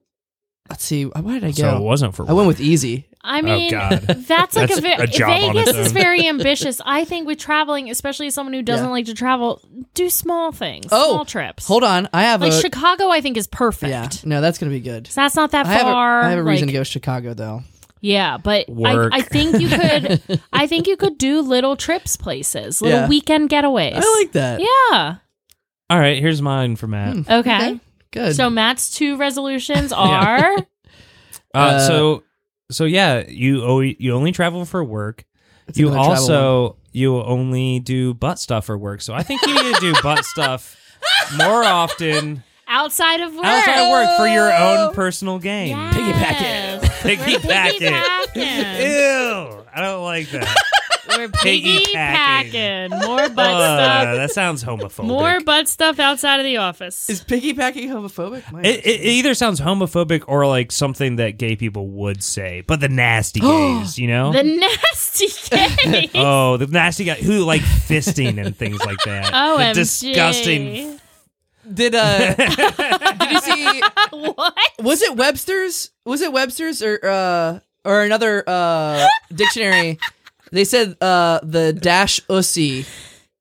S2: Let's see, why did I
S3: so it
S2: go?
S3: wasn't for work.
S2: I went with Easy.
S1: I mean,
S3: oh, God.
S1: that's like
S3: That's
S1: a, ve-
S3: a job on
S1: Vegas
S3: its
S1: is
S3: own.
S1: very ambitious. I think with traveling, especially as someone who doesn't
S2: Yeah.
S1: like to travel, do small things,
S2: Oh,
S1: small trips.
S2: Hold on, I have
S1: like
S2: a.
S1: Chicago, I think is perfect.
S2: yeah, no, that's gonna be good.
S1: So that's not that
S2: I have, a,
S1: far.
S2: I have a reason
S1: Like,
S2: to go to Chicago though.
S1: Yeah, but I,
S3: Work.
S1: I think you could. I think you could do little trips, places, little
S2: Yeah.
S1: weekend getaways.
S2: I like that.
S1: Yeah.
S3: All right, here's mine for Matt.
S2: Hmm.
S1: Okay.
S2: Good.
S1: So Matt's two resolutions are
S3: Uh,
S2: Uh,
S3: so so yeah, you o- you only travel for work.
S2: That's
S3: you
S2: another travel one.
S3: also you only do butt stuff for work. So I think you need to do butt stuff more often
S1: outside of work.
S3: outside of work for your own personal gain.
S1: Yes.
S3: Piggyback it.
S1: We're
S3: Piggyback it.
S1: piggybacking.
S3: Ew, I don't like that.
S1: We're
S3: Piggybacking.
S1: piggybacking. More butt
S3: Uh,
S1: stuff.
S3: that sounds homophobic.
S1: More butt stuff outside of the office.
S2: is piggybacking homophobic? My-
S3: It, it, it either sounds homophobic or like something that gay people would say, but the nasty gays, you know?
S1: the nasty case.
S3: oh, the nasty guy who like fisting and things like that.
S1: OMG.
S3: the disgusting.
S2: did uh did you see
S1: What?
S2: was it Webster's? Was it Webster's or uh or another uh dictionary? They said uh the dash ussy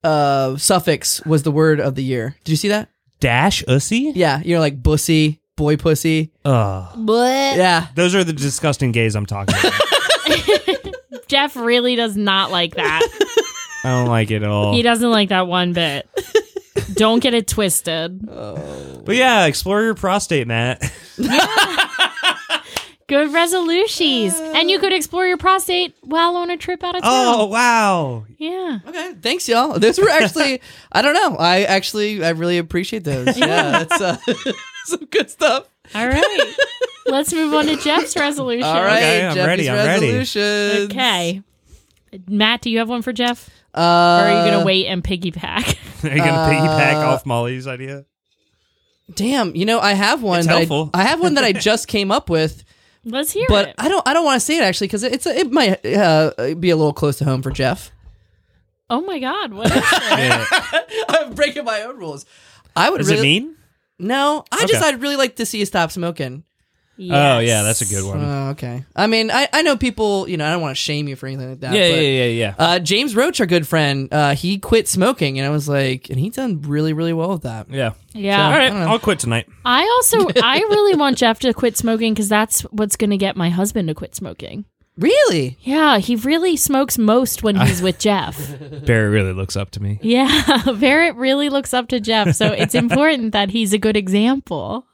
S2: uh suffix was the word of the year. Did you see that?
S3: Dash ussy?
S2: Yeah, you know like bussy, boy pussy.
S3: Ugh.
S1: What?
S2: Yeah.
S3: Those are the disgusting gays I'm talking about.
S1: Jeff really does not like that.
S3: I don't like it at all.
S1: He doesn't like that one bit. Don't get it twisted.
S2: Oh.
S3: But yeah, explore your prostate, Matt.
S1: Good resolutions. and you could explore your prostate while on a trip out of town.
S6: Oh wow!
S1: Yeah.
S2: Okay, thanks y'all. Those were actually I don't know. I actually I really appreciate those. Yeah, that's uh, some good stuff.
S1: All right. Let's move on to Jeff's resolution.
S2: All right,
S6: Okay, I'm
S2: Jeffy's
S6: ready, I'm ready.
S2: resolutions.
S1: Okay. Matt, do you have one for Jeff?
S2: Uh,
S1: Or are you going to wait and piggyback?
S6: Are you gonna piggyback
S3: Uh,
S6: off Molly's idea?
S2: Damn, you know I have one.
S6: It's
S2: that I-
S6: helpful.
S2: I have one that I just came up with.
S1: Let's hear
S2: but
S1: it.
S2: I don't. I don't want to say it actually because it's a, it might uh, be a little close to home for Jeff.
S1: oh my God. What is it?
S2: I'm breaking my own rules. I would
S6: Does
S2: really
S6: it mean?
S2: no. I just
S6: Okay.
S2: I'd really like to see you stop smoking.
S3: Oh yeah, that's a good one.
S2: Oh, okay. I mean, I, I know people. You know, I don't want to shame you for anything like that.
S3: yeah,
S2: but,
S3: yeah, yeah, yeah.
S2: Uh, James Roach, our good friend, uh, he quit smoking, and I was like, and he's done really, really well with that.
S3: yeah.
S1: Yeah.
S6: All right,
S2: don't know.
S6: I'll quit tonight.
S1: I also, I really want Jeff to quit smoking because that's what's going to get my husband to quit smoking.
S2: Really?
S1: Yeah. He really smokes most when he's with Jeff.
S3: Barry really looks up to me.
S1: Yeah. Barrett really looks up to Jeff. So it's important that he's a good example.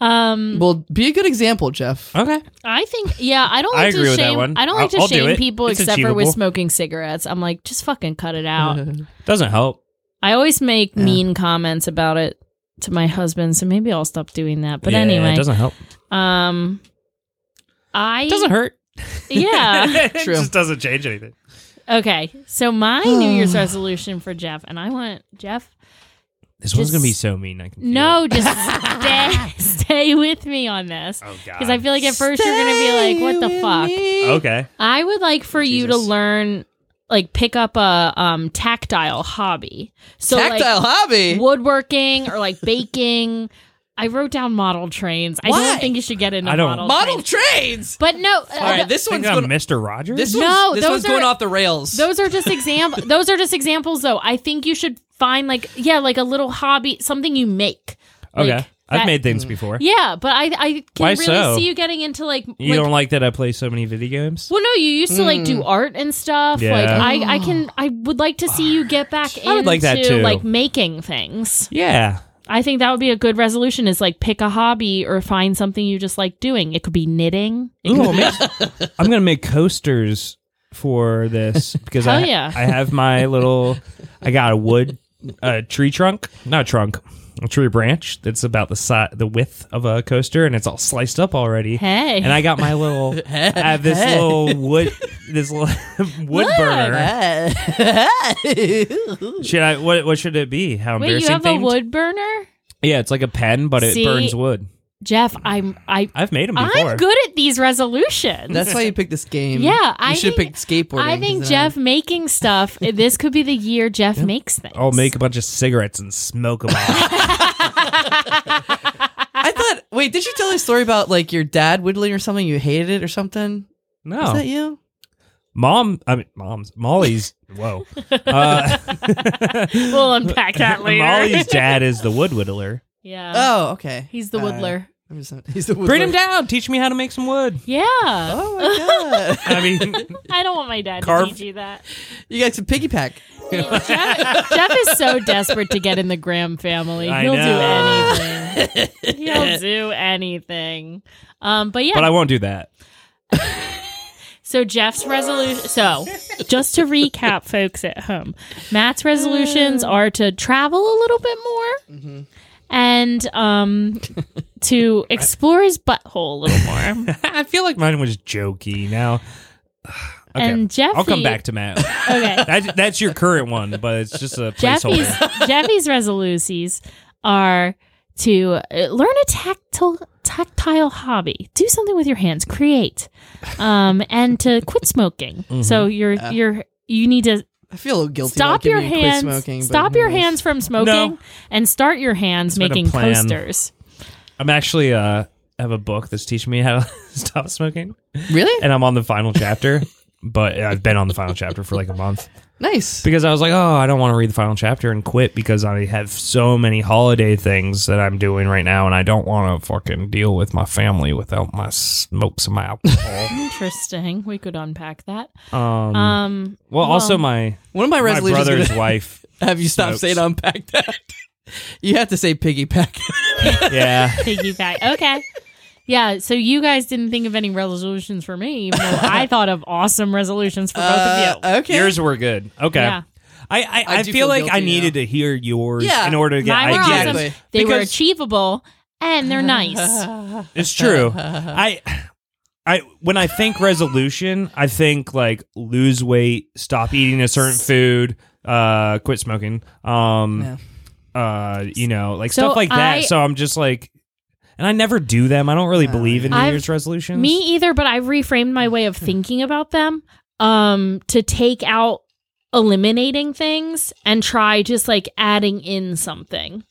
S1: Um,
S2: Well, be a good example, Jeff.
S3: Okay.
S1: I think yeah, I don't
S3: I
S1: like
S3: agree
S1: to
S3: with that
S1: shame
S3: one.
S1: I don't
S3: I'll-
S1: like to
S3: I'll do
S1: shame
S3: it.
S1: people
S3: It's
S1: except for with
S3: achievable.
S1: smoking cigarettes. I'm like, just fucking cut it out.
S3: Doesn't help.
S1: I always make mean comments about it to my husband, so maybe I'll stop doing that. But
S3: Yeah,
S1: anyway,
S3: it doesn't help.
S1: um I
S3: It doesn't hurt.
S1: Yeah.
S6: it
S2: True.
S6: just doesn't change anything.
S1: okay. So my New Year's resolution for Jeff and I want Jeff
S3: This one's
S1: Just-
S3: gonna be so mean. I can feel
S1: no,
S3: it.
S1: just stay stay with me on this.
S6: Oh god.
S1: Because I feel like at first you're gonna be like, what the fuck?
S6: okay.
S1: I would like for you to
S6: Jesus.
S1: learn, like, pick up a um, tactile hobby. So,
S2: Tactile hobby.
S1: like, woodworking or like baking. I wrote down model trains. I
S2: Why?
S1: don't think you should get into
S3: I don't-
S1: model,
S2: Model
S1: trains.
S2: trades.
S1: But no, uh,
S2: All right, this
S6: Think
S2: one's
S6: I'm
S2: going.
S6: Mr. Rogers.
S2: This
S1: No,
S2: one's, this
S1: those
S2: one's
S1: are-
S2: going off the rails.
S1: those are just examples. those are just examples, though. I think you should find like yeah, like a little hobby, something you make.
S3: Okay.
S1: Like,
S3: I've
S1: that-
S3: made things before.
S1: Yeah, but I I can
S3: Why
S1: really
S3: so?
S1: see you getting into like
S3: You
S1: like
S3: don't like that I play so many video games?
S1: Well, no, you used to like
S2: Hmm.
S1: do art and stuff. Like
S3: Yeah.
S1: I, I can, I would like to see you get back into
S3: I would like that too.
S1: like making things.
S3: Yeah.
S1: I think that would be a good resolution. Is like pick a hobby or find something you just like doing. It could be knitting. It
S3: Ooh,
S1: could
S3: I'll
S1: be-
S3: make- I'm gonna make coasters for this because
S1: Hell
S3: I,
S1: yeah.
S3: I have my little I got a wood a tree trunk, not trunk, a tree branch that's about the si- the width of a coaster and it's all sliced up already.
S1: hey,
S3: And I got my little I have this little wood this little wood burner. Should I what what should it be? How
S1: wait, you
S3: embarrassing
S1: have
S3: themed?
S1: a wood burner,
S3: Yeah, it's like a pen but it
S1: See?
S3: burns wood.
S1: Jeff? I'm, I,
S3: I've made them before.
S1: I'm good at these resolutions.
S2: That's why you picked this game.
S1: Yeah,
S2: you
S1: I
S2: should have
S1: think-
S2: picked skateboarding.
S1: I think
S2: 'cause then
S1: Jeff making stuff. eh, This could be the year Jeff makes things.
S3: I'll make a bunch of cigarettes and smoke them all.
S2: I thought. Wait, did you tell a story about like your dad whittling or something? You hated it or something?
S3: no.
S2: Is that you?
S3: Mom, I mean, mom's Molly's. whoa, uh,
S1: We'll unpack that later.
S3: Molly's dad is the wood whittler.
S1: yeah,
S2: Oh, okay.
S1: Uh, he's the
S2: Uh,
S1: woodler.
S2: I'm just- he's the woodler.
S3: Bring him down. Teach me how to make some wood.
S1: yeah.
S2: Oh my god!
S3: I mean,
S1: I don't want my dad
S3: Carve-
S1: to teach you that.
S2: you guys can piggy pack.
S1: Jeff, Jeff is so desperate to get in the Graham family.
S3: I
S1: He'll
S3: know.
S1: do anything. He'll do anything. Um, but yeah,
S3: but I won't do that.
S1: so Jeff's resolution. So just to recap, folks at home, Matt's resolutions are to travel a little bit more
S3: Mm-hmm.
S1: and um, to explore his butthole a little more.
S3: I feel like mine was jokey. Now, okay,
S1: And
S3: I'll come
S1: Jeffy-
S3: back to Matt.
S1: Okay.
S3: That, that's your current one, but it's just a
S1: Jeffy's
S3: placeholder.
S1: Jeffy's resolutions are to uh, learn a tactile tactile hobby, do something with your hands, create, um, and to quit smoking.
S3: Mm-hmm.
S1: So you're
S2: Uh,
S1: you're you need to
S2: I feel a little guilty.
S1: stop
S2: about giving
S1: your
S2: you quit
S1: hands
S2: Smoking, but
S1: stop
S2: who
S1: your
S2: knows?
S1: hands from smoking
S3: No.
S1: and start your hands
S3: been a
S1: making
S3: plan.
S1: coasters.
S3: I'm actually uh, have a book that's teaching me how to stop smoking,
S2: Really?
S3: and I'm on the final chapter. But I've been on the final chapter for like a month.
S2: Nice.
S3: because I was like, oh, I don't want to read the final chapter and quit because I have so many holiday things that I'm doing right now, and I don't want to fucking deal with my family without my smokes and my alcohol.
S1: Interesting. We could unpack that.
S3: um,
S1: Um,
S3: well, also my
S2: One of my
S3: my
S2: resolutions. is
S3: brother's
S2: gonna-
S3: wife.
S2: have you stopped
S3: smokes.
S2: saying unpack that? you have to say piggy pack.
S3: Yeah,
S1: piggyback. Okay. Yeah, so you guys didn't think of any resolutions for me, even though I thought of awesome resolutions for both of you.
S2: Uh, okay.
S3: Yours were good. Okay.
S1: Yeah.
S3: I, I, I,
S2: I
S3: feel,
S2: do feel
S3: like I
S2: guilty
S3: needed to hear yours
S2: Yeah.
S3: in order to get
S1: Mine were
S3: ideas.
S2: Exactly.
S1: awesome. They were
S3: Because-
S1: achievable and they're nice.
S3: It's true. I I when I think resolution, I think like lose weight, stop eating a certain food, uh quit smoking. Um uh you know, like
S1: So
S3: stuff like that.
S1: I-
S3: so I'm just like and I never do them. I don't really believe in New
S1: I've-
S3: Year's resolutions.
S1: Me either, but I've reframed my way of thinking about them um to take out eliminating things and try just like adding in something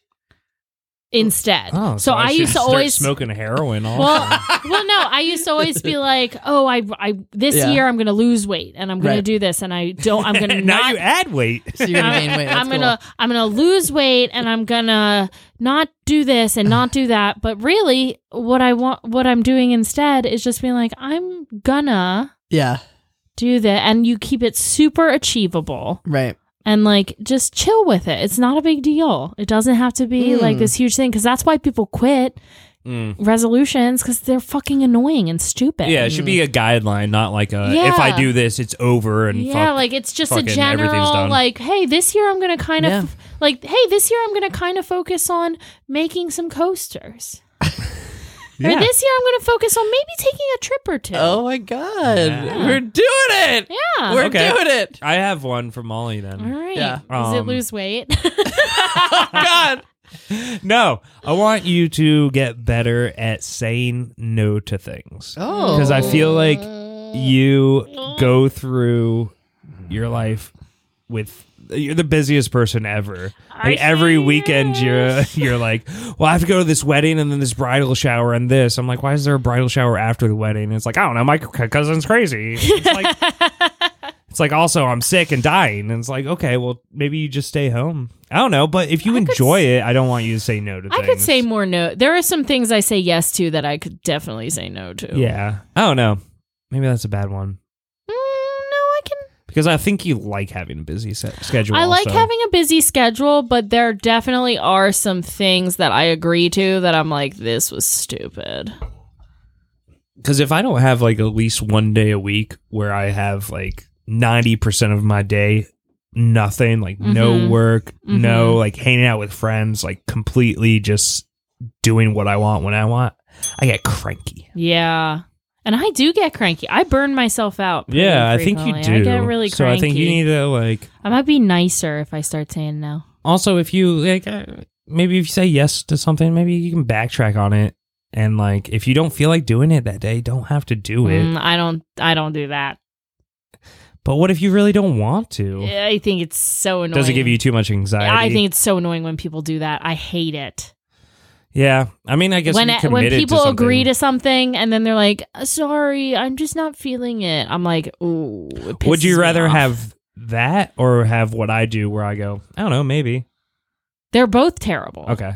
S1: instead.
S3: Oh,
S1: so, I,
S3: should
S1: used to
S3: start
S1: always
S3: smoking heroin also.
S1: well, well, no, I used to always be like, "Oh, I, I this
S2: Yeah.
S1: year I'm going to lose weight and I'm going to
S2: Right.
S1: do this and I don't I'm going to
S3: now
S1: not
S3: you add weight.
S2: So you're gonna gain weight. That's
S1: I'm gonna I'm gonna lose weight and I'm gonna not do this and not do that. But really, what I want, what I'm doing instead is just being like, I'm gonna
S2: Cool. Yeah.
S1: do that, and you keep it super achievable
S2: Right.
S1: and like just chill with it. It's not a big deal. It doesn't have to be
S3: Hmm.
S2: Mm.
S1: like this huge thing because that's why people quit
S3: Mm.
S1: resolutions because they're fucking annoying and stupid.
S3: Yeah, it should be a guideline, not like a if I
S1: Yeah.
S3: do this, it's over and
S1: yeah,
S3: fuck
S1: like it's just a
S3: fucking everything's
S1: general
S3: done.
S1: like, hey, this year I'm gonna kind of
S2: Yeah.
S1: like, hey, this year I'm gonna kind of focus on making some coasters. Or
S3: Yeah.
S1: this year I'm gonna focus on maybe taking a trip or two.
S2: Oh my god.
S3: Yeah.
S2: We're doing it.
S1: yeah.
S2: We're
S3: Okay.
S2: doing it.
S3: I have one for Molly then.
S1: All right.
S2: Yeah.
S1: Does it
S3: Um,
S1: lose weight?
S2: God.
S3: No, I want you to get better at saying no to things.
S2: Oh.
S3: Because I feel like
S1: Oh.
S3: you go through your life with you're the busiest person ever.
S1: I
S3: Like every
S1: see.
S3: weekend you're you're like, Well, I have to go to this wedding and then this bridal shower and this. I'm like, why is there a bridal shower after the wedding? And it's like, I don't know, my c- cousin's crazy. It's like It's like also I'm sick and dying. And it's like, okay, well maybe you just stay home. I don't know, but if you enjoy it, I don't want you to say no to
S1: I
S3: things.
S1: could say more no. There are some things I say yes to that I could definitely say no to.
S3: Yeah. I don't know. Maybe that's a bad one.
S1: Mm, no, I can
S3: Because I think you like having a busy set schedule.
S1: I like
S3: also.
S1: having a busy schedule, but there definitely are some things that I agree to that I'm like, this was stupid.
S3: because if I don't have like at least one day a week where I have like ninety percent of my day nothing, like
S1: Mhm.
S3: no work, no
S1: Mhm.
S3: like hanging out with friends, like completely just doing what I want when I want, I get cranky.
S1: Yeah. And I do get cranky. I burn myself out. pretty
S3: Yeah, I think you do.
S1: frequently. I get really cranky.
S3: so I think you need to like.
S1: I might be nicer if I start saying no.
S3: Also, if you like, uh, maybe if you say yes to something, maybe you can backtrack on it. And like, if you don't feel like doing it that day, don't have to do it.
S1: Mm, I don't. I don't do that.
S3: But what if you really don't want to?
S1: I think it's so annoying.
S3: Does it give you too much anxiety?
S1: I think it's so annoying when people do that. I hate it.
S3: Yeah, I mean, I guess
S1: when
S3: if you're
S1: when
S3: committed
S1: people
S3: to
S1: agree
S3: something-
S1: to something and then they're like, "Sorry, I'm just not feeling it." I'm like, "Ooh." it
S3: Would
S1: pisses me
S3: you rather
S1: off.
S3: have that or have what I do, where I go? I don't know, maybe.
S1: They're both terrible.
S3: Okay,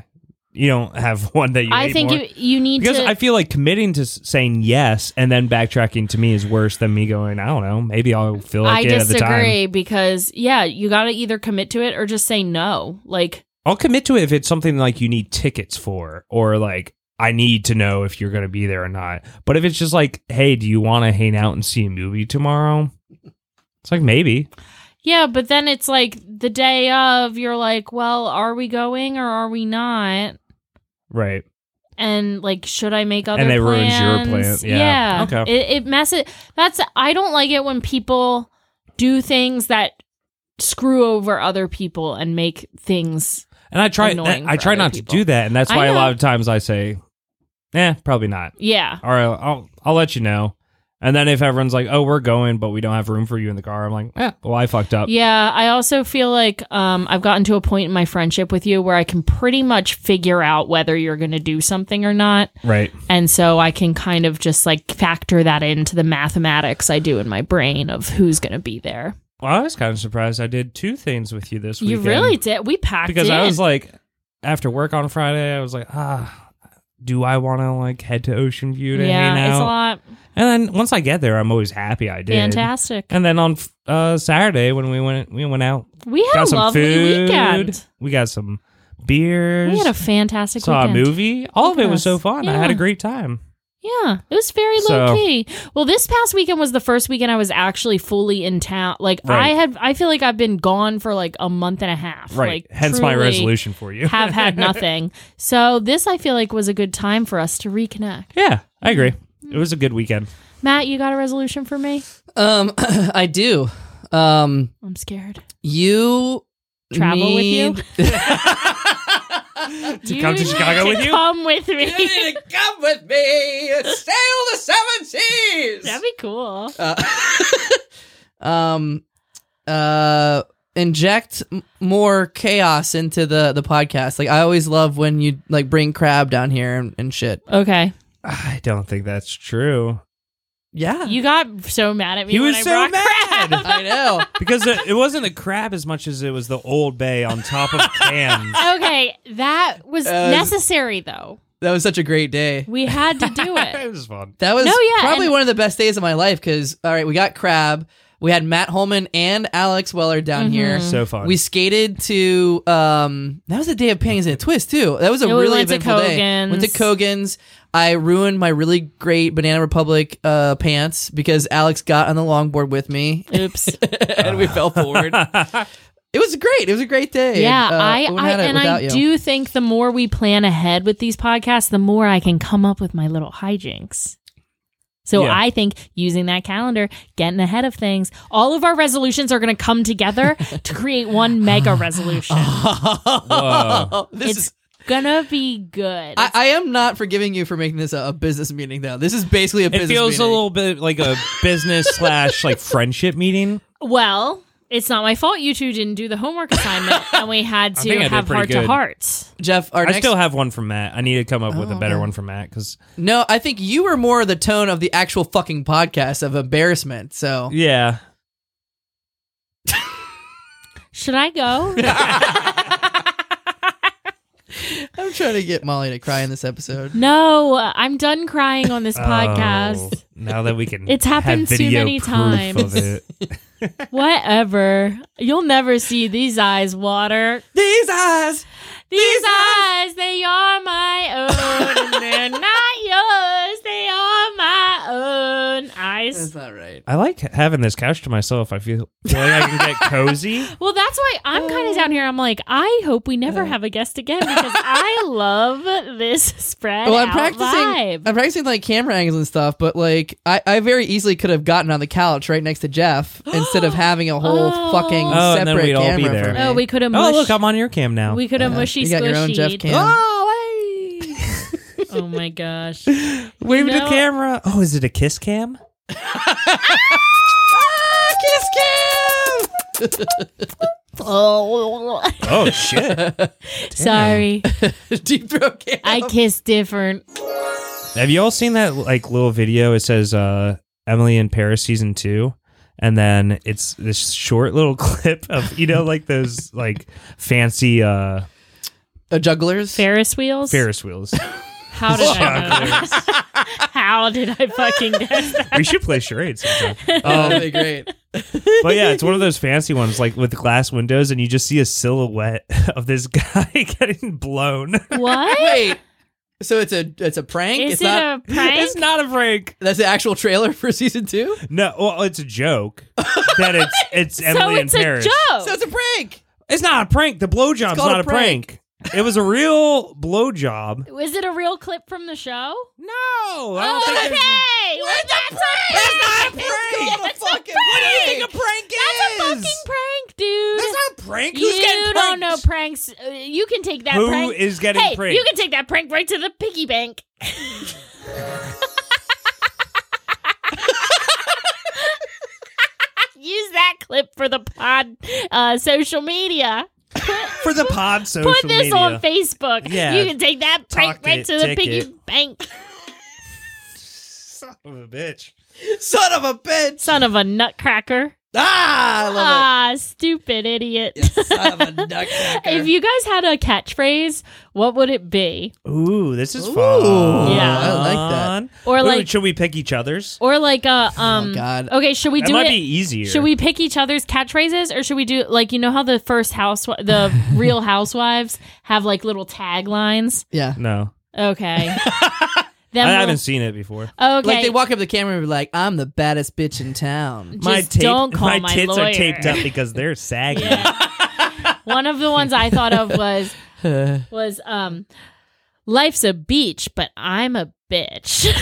S3: you don't have one that you.
S1: I
S3: hate
S1: think
S3: more?
S1: you you need
S3: because
S1: to.
S3: I feel like committing to s- saying yes and then backtracking to me is worse than me going. I don't know, maybe I'll feel like
S1: I
S3: it at the time.
S1: disagree because yeah, you got to either commit to it or just say no. Like
S3: I'll commit to it if it's something like you need tickets for or like I need to know if you're going to be there or not. But if it's just like, hey, do you want to hang out and see a movie tomorrow? It's like maybe.
S1: yeah, but then it's like the day of you're like, well, are we going or are we not?
S3: Right.
S1: And like, should I make other
S3: And it ruins your
S1: plans?
S3: plan. Yeah. Okay.
S1: It, it messes. That's I don't like it when people do things that screw over other people and make things.
S3: And I try
S1: Annoying
S3: I
S1: for
S3: try
S1: other
S3: not
S1: people.
S3: to do that and that's
S1: I
S3: why a
S1: know.
S3: lot of times I say, "Eh, probably not."
S1: Yeah,
S3: All right, I'll I'll let you know. And then if everyone's like, "Oh, we're going, but we don't have room for you in the car." I'm like, "Eh, well, I fucked up."
S1: Yeah, I also feel like um, I've gotten to a point in my friendship with you where I can pretty much figure out whether you're going to do something or not.
S3: Right.
S1: And so I can kind of just like factor that into the mathematics I do in my brain of who's going to be there.
S3: Well, I was kind of surprised I did two things with you this
S1: You
S3: weekend.
S1: really did. We packed
S3: because I
S1: in.
S3: was like, after work on Friday, I was like, ah, do I want to like head to Ocean View to
S1: yeah,
S3: hang
S1: it's a
S3: out?
S1: lot
S3: And then once I get there, I'm always happy I did.
S1: fantastic.
S3: And then on uh, Saturday when we went, we went out,
S1: we had
S3: got
S1: a
S3: some
S1: lovely
S3: food,
S1: weekend.
S3: we got some beers,
S1: We had a fantastic
S3: saw
S1: weekend.
S3: a movie. All of
S1: Look
S3: it
S1: at
S3: was so
S1: us.
S3: fun. I had a
S1: Yeah.
S3: great time.
S1: Yeah, it was very
S3: So-
S1: low key. Well, this past weekend was the first weekend I was actually fully in town. Like I
S3: Right.
S1: had, I feel like I've been gone for like a month and a half.
S3: Right.
S1: Like,
S3: Hence my
S1: truly
S3: resolution for you.
S1: have had nothing. So this I feel like was a good time for us to reconnect.
S3: yeah, I agree.
S1: Mm-hmm.
S3: It was a good weekend.
S1: Matt, you got a resolution for me?
S2: Um, I do. Um,
S1: I'm scared.
S2: you
S1: Travel with you?
S2: need-
S1: To
S3: come to Chicago with you?
S1: Come with me.
S2: You need to come with me and sail the seven seas.
S1: That'd be cool.
S2: Uh, um, uh, inject m- more chaos into the the podcast. Like I always love when you like bring crab down here and, and shit.
S1: Okay,
S3: I don't think that's true.
S2: Yeah,
S1: you got so mad at me.
S3: He
S1: when
S3: was
S1: I
S3: so
S1: brought
S3: mad.
S1: crab.
S2: I know.
S3: Because it, it wasn't the crab as much as it was the Old Bay on top of cans.
S1: okay, that was
S2: Uh,
S1: necessary though.
S2: That was such a great day.
S1: We had to do it.
S3: it was fun.
S2: That was
S1: No, yeah,
S2: probably
S1: and-
S2: one of the best days of my life because all right, we got crab. We had Matt Holman and Alex Weller down
S1: Mm-hmm.
S2: here.
S3: So fun.
S2: We skated to um that was a day of panties and a twist too. That was a
S1: Yeah, we
S2: really
S1: went to
S2: eventful day. Went to
S1: Kogan's.
S2: Kogan's. I ruined my really great Banana Republic uh, pants because Alex got on the longboard with me
S1: Oops.
S2: and we fell forward. it was great. It was a great day.
S1: Yeah,
S2: Uh,
S1: I,
S2: wouldn't
S1: I
S2: have had it
S1: and
S2: without
S1: I
S2: you.
S1: do think the more we plan ahead with these podcasts, the more I can come up with my little hijinks. So
S3: Yeah.
S1: I think using that calendar, getting ahead of things, all of our resolutions are going to come together to create one mega resolution.
S3: Oh. Whoa.
S2: this
S1: it's
S2: is.
S1: gonna be good.
S2: I, I am not forgiving you for making this a, a business meeting, though. This is basically a
S3: It
S2: business
S3: feels
S2: meeting.
S3: a little bit like a business slash like friendship meeting.
S1: well, it's not my fault you two didn't do the homework assignment, and we had
S3: think I
S1: to
S3: did
S1: have
S3: pretty
S1: heart to
S3: good.
S1: hearts.
S2: Jeff, our
S3: I
S2: next
S3: still have one from Matt. I need to come up
S1: Oh,
S3: with a better one from Matt because
S2: No, I think you were more the tone of the actual fucking podcast of embarrassment. So
S3: yeah,
S1: Should I go?
S2: I'm trying to get Molly to cry in this episode.
S1: no, I'm done crying on this podcast.
S3: Oh, now that we can,
S1: It's happened
S3: have
S1: too
S3: video
S1: many
S3: proof
S1: times.
S3: Of it.
S1: Whatever. You'll never see these eyes water.
S2: These eyes.
S1: These, eyes, they are my own. and they're not yours. They are my own eyes.
S2: That's not right.
S3: I like having this couch to myself. I feel, feel like I can get cozy.
S1: Well, that's why I'm kind
S2: Oh.
S1: of down here. I'm like, I hope we never have a guest again because I love this spread
S2: Well, Oh, I'm
S1: out
S2: practicing.
S1: vibe.
S2: I'm practicing like camera angles and stuff, but like I, I very easily could have gotten on the couch right next to Jeff instead of having a whole
S1: Oh.
S2: fucking
S3: Oh, and then
S2: separate
S3: we'd all be
S2: camera.
S3: there.
S2: For me.
S1: oh, we could have
S3: Oh,
S1: mush-
S3: look, I'm on your cam now.
S1: we could have
S2: Yeah,
S1: mushy
S2: you got your own Jeff
S1: squishied.
S2: cam.
S3: oh, hey.
S1: Oh my gosh.
S3: wave
S1: You
S3: to
S1: know-
S3: camera. Oh, is it a kiss cam?
S2: Ah, kiss
S1: Oh,
S3: Oh shit!
S1: sorry.
S2: cam. Deep throat cam.
S1: I kiss different.
S3: have you all seen that like little video? It says uh, Emily in Paris season two. And then it's this short little clip of you know like those like fancy uh
S2: Uh, jugglers.
S1: Ferris wheels.
S3: Ferris wheels.
S1: How did I know? How did I fucking guess that?
S3: we should play charades. Sometime.
S2: Oh, that'd be great.
S3: But yeah, it's one of those fancy ones, like with glass windows, and you just see a silhouette of this guy getting blown.
S1: What?
S2: Wait. So it's a it's a prank.
S1: Is
S2: it's
S1: it
S2: not,
S1: a prank?
S3: It's not a prank.
S2: That's the actual trailer for season two.
S3: No, well, it's a joke that it's it's Emily
S1: so it's
S3: in Paris.
S1: a joke.
S2: So it's a prank.
S3: It's not a prank. The blowjob's
S2: called
S3: not
S2: a
S3: a prank. It was a real blowjob.
S1: Is it a real clip from the show?
S3: No, I don't
S1: Oh,
S3: think
S1: okay.
S3: there's-
S1: Well, that's a
S2: That's not a
S1: prank.
S2: prank.
S1: It's
S2: What the fucking-
S1: a
S2: what do you
S1: prank.
S2: think a prank
S1: That's
S2: is?
S1: a fucking prank, dude.
S3: that's not a prank. Who's getting
S1: you
S3: pranked?
S1: don't know pranks. Uh, You can take that
S3: Who
S1: prank.
S3: is getting
S1: hey,
S3: pranked?
S1: You can take that prank right to the piggy bank. Use that clip for the pod uh, social media.
S3: for the pod social
S1: Put this
S3: media.
S1: on Facebook.
S3: Yeah.
S1: You can take that prank
S3: Talk
S1: right
S3: it,
S1: to the
S3: tick
S1: piggy
S3: it.
S1: bank.
S3: Son of a bitch.
S2: Son of a bitch.
S1: Son of a nutcracker.
S2: Ah, I love
S1: Ah, stupid idiot.
S2: it. Son of a nutcracker.
S1: if you guys had a catchphrase, what would it be?
S3: Ooh, this is
S2: Ooh,
S3: fun.
S1: Yeah.
S2: I like that.
S1: Or
S3: Ooh,
S1: like
S3: should we pick each other's?
S1: Or like a um.
S2: Oh, God.
S1: Okay, should we
S3: That
S1: do
S3: might
S1: it?
S3: be easier.
S1: should we pick each other's catchphrases, or should we do like you know how the first house, the Real Housewives have like little taglines?
S2: yeah.
S3: No.
S1: Okay. Then
S3: I
S1: we'll-
S3: haven't seen it before.
S1: Okay.
S2: Like they walk up to the camera and be like, "I'm the baddest bitch in town."
S3: my
S1: Just don't call
S3: my,
S1: my
S3: tits
S1: lawyer.
S3: are taped up because they're sagging.
S1: One of the ones I thought of was was um, life's a beach, but I'm a bitch.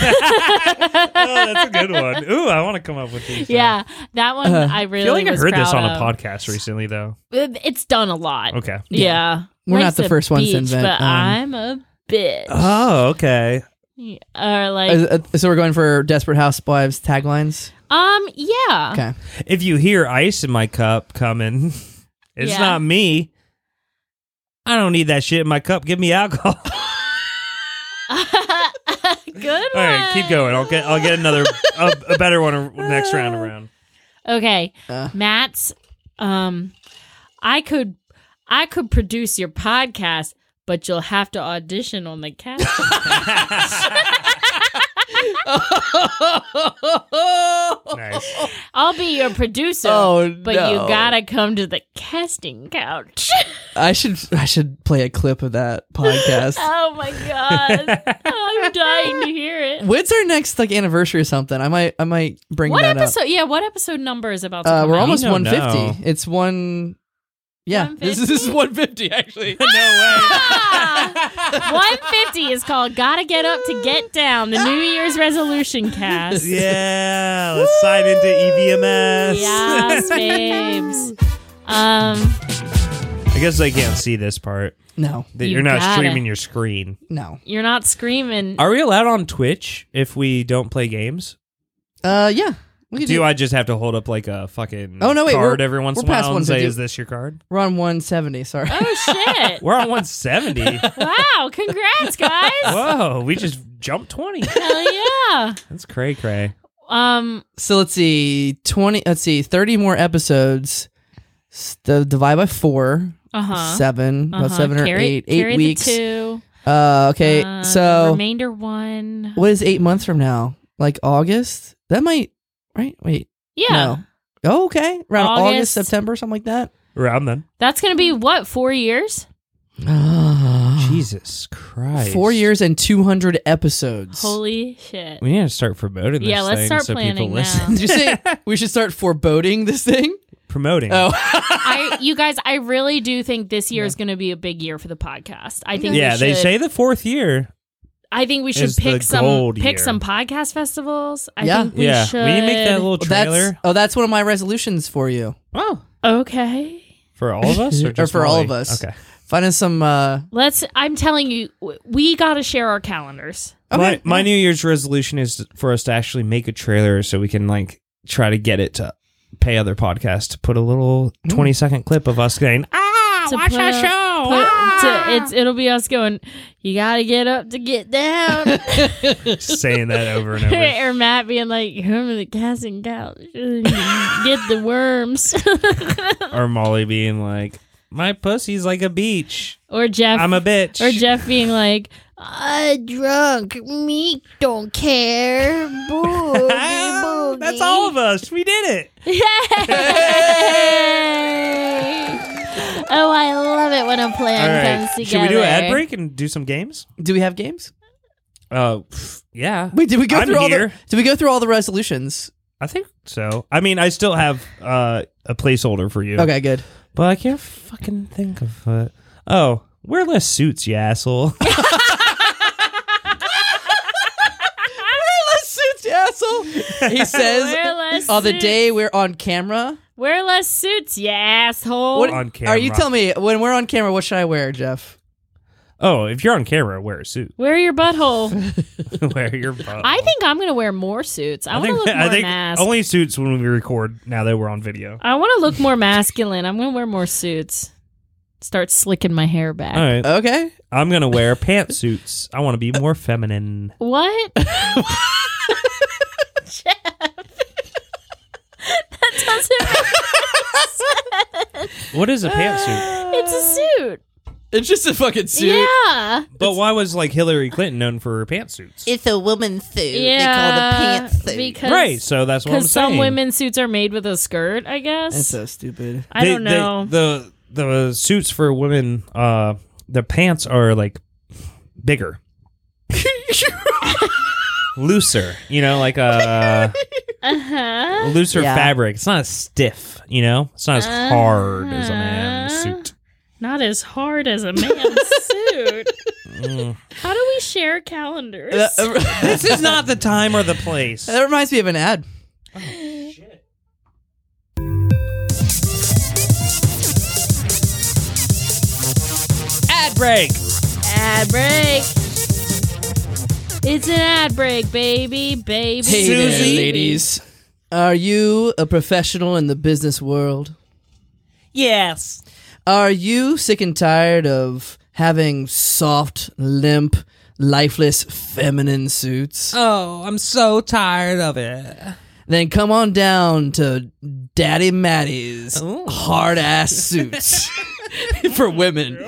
S3: Uh-huh. Oh, that's a good one. Ooh, I want to come up with these. now.
S1: yeah, that one I really
S3: Uh-huh. I feel like I
S1: was
S3: heard this
S1: proud
S3: on a
S1: of.
S3: podcast recently, though.
S1: It- It's done a lot.
S3: Okay.
S1: Yeah,
S2: We're not
S1: Life's
S2: the
S1: a
S2: first ones to
S1: beach,
S2: invent,
S1: But
S2: um,
S1: I'm a bitch.
S3: Oh, okay.
S1: Yeah, or like,
S2: Uh, uh, so we're going for Desperate Housewives taglines.
S1: um, yeah.
S2: Okay.
S3: If you hear ice in my cup coming, it's
S1: Yeah.
S3: not me. I don't need that shit in my cup. Give me alcohol.
S1: Good.
S3: All right, keep
S1: one.
S3: going. I'll get I'll get another a, a better one ar- next round around.
S1: Okay,
S2: Uh.
S1: Matt's. Um, I could, I could produce your podcast, but you'll have to audition on the cast.
S3: Nice.
S1: I'll be your producer.
S2: Oh,
S1: but you
S2: no.
S1: gotta come to the casting couch.
S2: I should I should play a clip of that podcast.
S1: oh my god, I'm Oh, dying to hear it.
S2: When's our next like anniversary or something? I might I might bring
S1: What
S2: that
S1: episode? Yeah, what episode number is about?
S2: up.
S1: To
S2: Uh,
S1: come
S2: we're
S1: out?
S2: almost
S3: You don't
S2: 150. It's one. Yeah, this is this is
S1: 150?
S2: 150 actually.
S3: No way.
S1: Ah! 150 is called "Gotta Get Up to Get Down," the New Year's resolution cast.
S3: Yeah, let's sign into E EVMS.
S1: Yes, babes. Um,
S3: I guess they can't see this part.
S2: no,
S3: That
S1: You
S3: you're not
S1: gotta.
S3: streaming your screen.
S2: no.
S1: you're not screaming.
S3: Are we allowed on Twitch if we don't play games?
S2: Uh, yeah. We could
S3: Do I just have to hold up like a fucking
S2: Oh, no, wait,
S3: card
S2: we're-
S3: every once
S2: we're
S3: in a
S2: past
S3: while and say,
S2: 150.
S3: "Is this your card?"
S2: We're on 170. Sorry.
S1: Oh shit!
S3: We're on 170.
S1: wow, congrats, guys.
S3: Whoa, we just jumped 20.
S1: Hell yeah.
S3: That's cray cray.
S1: Um,
S2: so let's see 20 let's see 30 more episodes S- the divide by 4
S1: uh huh.
S2: 7 about
S1: Uh-huh.
S2: 7 or
S1: Carry-
S2: 8 8
S1: carry the
S2: weeks
S1: two.
S2: uh okay
S1: Uh,
S2: so
S1: remainder one.
S2: what is 8 months from now like august that might right wait
S1: Yeah,
S2: no oh, okay around august.
S1: August.
S2: september something like that
S3: Around then.
S1: that's gonna be what four years.
S3: Jesus Ah, Christ.
S2: 4 years and 200 episodes
S1: Holy shit!
S3: We need to start promoting this
S1: Yeah, let's
S3: thing
S1: start
S3: so
S1: planning
S3: people listen.
S1: now.
S2: did you say we should start foreboding this thing
S3: Promoting.
S2: oh
S1: I, you guys, I really do think this year is gonna be a big year for the podcast. I think
S3: yeah,
S1: we
S3: they
S1: should-
S3: say the fourth year.
S1: I think we should
S3: is the
S1: pick some
S3: gold
S1: pick
S3: year.
S1: some podcast festivals. I
S2: Yeah.
S1: think we
S3: yeah,
S1: should.
S3: we need to make that little trailer
S2: that's oh that's one of my resolutions for you
S3: oh.
S1: okay.
S3: for all of us, or,
S2: Or
S3: just
S2: for all
S3: Molly?
S2: of us.
S3: Okay.
S2: find us some uh
S1: Let's. I'm telling you, w- we gotta share our calendars.
S3: my
S2: Okay.
S3: my New Year's resolution is for us to actually make a trailer so we can like try to get it to pay other podcasts to put a little
S2: Mm.
S3: twenty second clip of us going. "Ah,
S1: to watch our show. Ah. to, it's it'll be us going. You gotta get up to get down.
S3: saying that over and over.
S1: or Matt being like, "Come to the casting couch, get the worms,"
S3: or Molly being like, "My pussy's like a beach.
S1: or Jeff,
S3: I'm a bitch."
S1: or Jeff being like, "I drunk, me don't care."
S3: Ah, That's all of us. We did it.
S1: Yay! oh, I love it when a
S3: All
S1: plan
S3: right.
S1: comes together.
S3: Should we do an ad break and do some games?
S2: Do we have games?
S3: Uh, pff, yeah.
S2: Wait, did we go
S3: I'm
S2: through all
S3: here.
S2: the? Did we go through all the resolutions?
S3: I think so. I mean, I still have uh, a placeholder for you.
S2: Okay, good.
S3: But I can't fucking think of it. Oh, wear less suits, you asshole.
S2: Suits, you asshole. He
S1: Wear
S2: says
S1: less
S2: on the
S1: suits.
S2: day we're on camera.
S1: Wear less suits, you asshole.
S2: What-
S3: On
S2: Are you
S3: camera.
S2: telling me when we're on camera? What should I wear, Jeff?
S3: oh, if you're on camera, wear a suit.
S1: Wear your butthole.
S3: wear your butt.
S1: I think I'm gonna wear more suits. I, want to look more
S3: I think
S1: masked.
S3: only suits when we record now that we're on video.
S1: I want to look more masculine. I'm gonna wear more suits. Start slicking my hair back.
S3: All right.
S2: Okay.
S3: I'm going to wear pantsuits. I want to be more feminine.
S1: What? Jeff. that doesn't make any sense.
S3: What is a pantsuit?
S1: It's a suit.
S2: It's just a fucking suit.
S1: Yeah.
S3: But why was like Hillary Clinton known for her pantsuits?
S7: It's a woman's suit.
S1: Yeah.
S7: They call it a pantsuit.
S1: Because,
S3: Right. So that's what I'm saying.
S1: Because some women's suits are made with a skirt, I
S2: That's
S1: guess.
S2: so stupid.
S1: I
S3: They-
S1: don't
S3: they-
S1: know.
S3: the the suits for women, uh, the pants are like bigger. looser, you know, like a
S1: Uh-huh.
S3: looser
S2: Yeah.
S3: fabric. It's not as stiff, you know. It's not as hard as a man's
S1: Uh-huh.
S3: suit.
S1: Not as hard as a man's suit.
S3: Mm.
S1: How do we share calendars?
S3: Uh,
S2: that
S3: This is not the time or the place.
S2: that reminds me of an ad.
S3: Ad break.
S1: ad break. It's an ad break, baby, baby.
S2: Hey
S3: Susie.
S2: there, ladies. Are you a professional in the business world?
S3: Yes.
S2: Are you sick and tired of having soft, limp, lifeless, feminine suits?
S3: Oh, I'm so tired of it.
S2: Then come on down to Daddy Maddie's hard ass suits for women.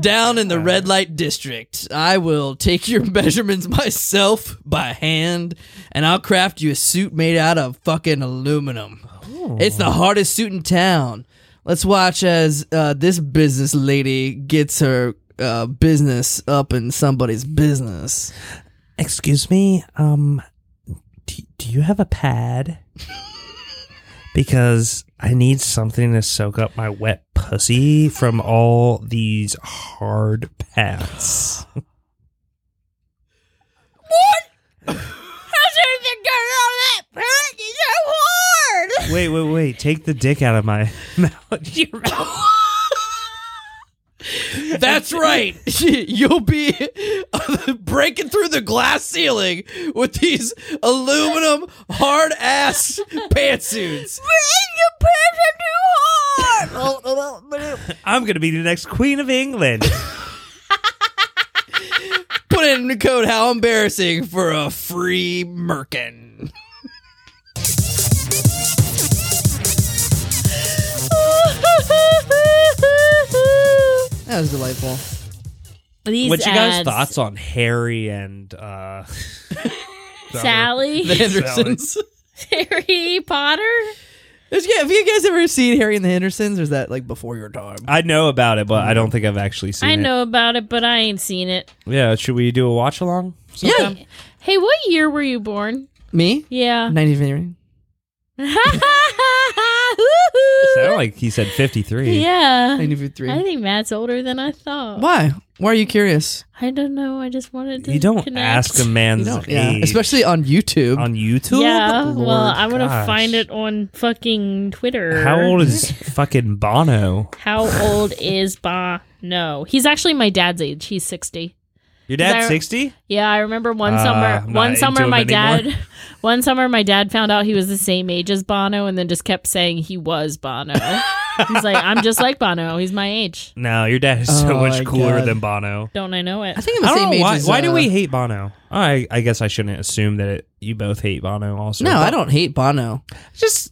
S2: Down in the red light district, I will take your measurements myself by hand, and I'll craft you a suit made out of fucking aluminum. It's the hardest suit in town. Let's watch as uh, this business lady gets her uh, business up in somebody's business.
S3: Excuse me. Um, do, do you have a pad? because I need something to soak up my wet pussy from all these hard pads. wait, wait, wait! Take the dick out of my mouth. You're
S2: That's right. You'll be breaking through the glass ceiling with these aluminum hard ass pantsuits.
S3: I'm gonna be the next queen of England.
S2: Put in the code how embarrassing for a free merkin. That was delightful.
S1: These
S3: what you guys
S1: ads.
S3: thoughts on Harry and uh,
S2: The
S1: Sally,
S2: Hendersons.
S1: Harry Potter.
S2: Is- yeah, Have you guys ever seen Harry and the Hendersons? Or is that like before your time?
S3: I know about it, but I don't think I've actually seen
S1: I
S3: it.
S1: know about it, but I ain't seen it.
S3: Yeah, should we do a watch along?
S2: Yeah.
S1: Hey, what year were you born?
S2: Me?
S1: Yeah. Hmm.
S2: 1950.
S3: Sounded like he said 53.
S1: yeah.
S2: 1953.
S1: I think Matt's older than I thought.
S2: Why? Why are you curious?
S1: I don't know. I just wanted to.
S3: You don't
S1: connect.
S3: ask a man's
S2: Yeah.
S3: age,
S2: Especially on YouTube.
S3: on YouTube.
S1: Yeah.
S3: Lord,
S1: well, I'm gonna
S3: gosh.
S1: find it on fucking Twitter.
S3: How old is fucking Bono?
S1: How old is Ba? No, he's actually my dad's age. He's sixty.
S3: Your dad's
S1: There-
S3: 60?
S1: Yeah, I remember one
S3: Ah,
S1: summer.
S3: I'm not
S1: One
S3: into
S1: summer,
S3: him
S1: my
S3: anymore.
S1: dad. One summer, my dad found out he was the same age as Bono, and then just kept saying he was Bono. He's like, I'm just like Bono. He's my age.
S3: No, your dad is so
S2: Oh my
S3: much cooler
S2: God.
S3: than Bono.
S1: Don't I know it?
S2: I think I'm the
S3: I
S2: same
S3: don't know
S2: age
S3: why.
S2: as,
S3: why do
S2: uh,
S3: we hate Bono? I I guess I shouldn't assume that it, you both hate Bono. Also,
S2: No,
S3: But
S2: I don't hate Bono.
S3: Just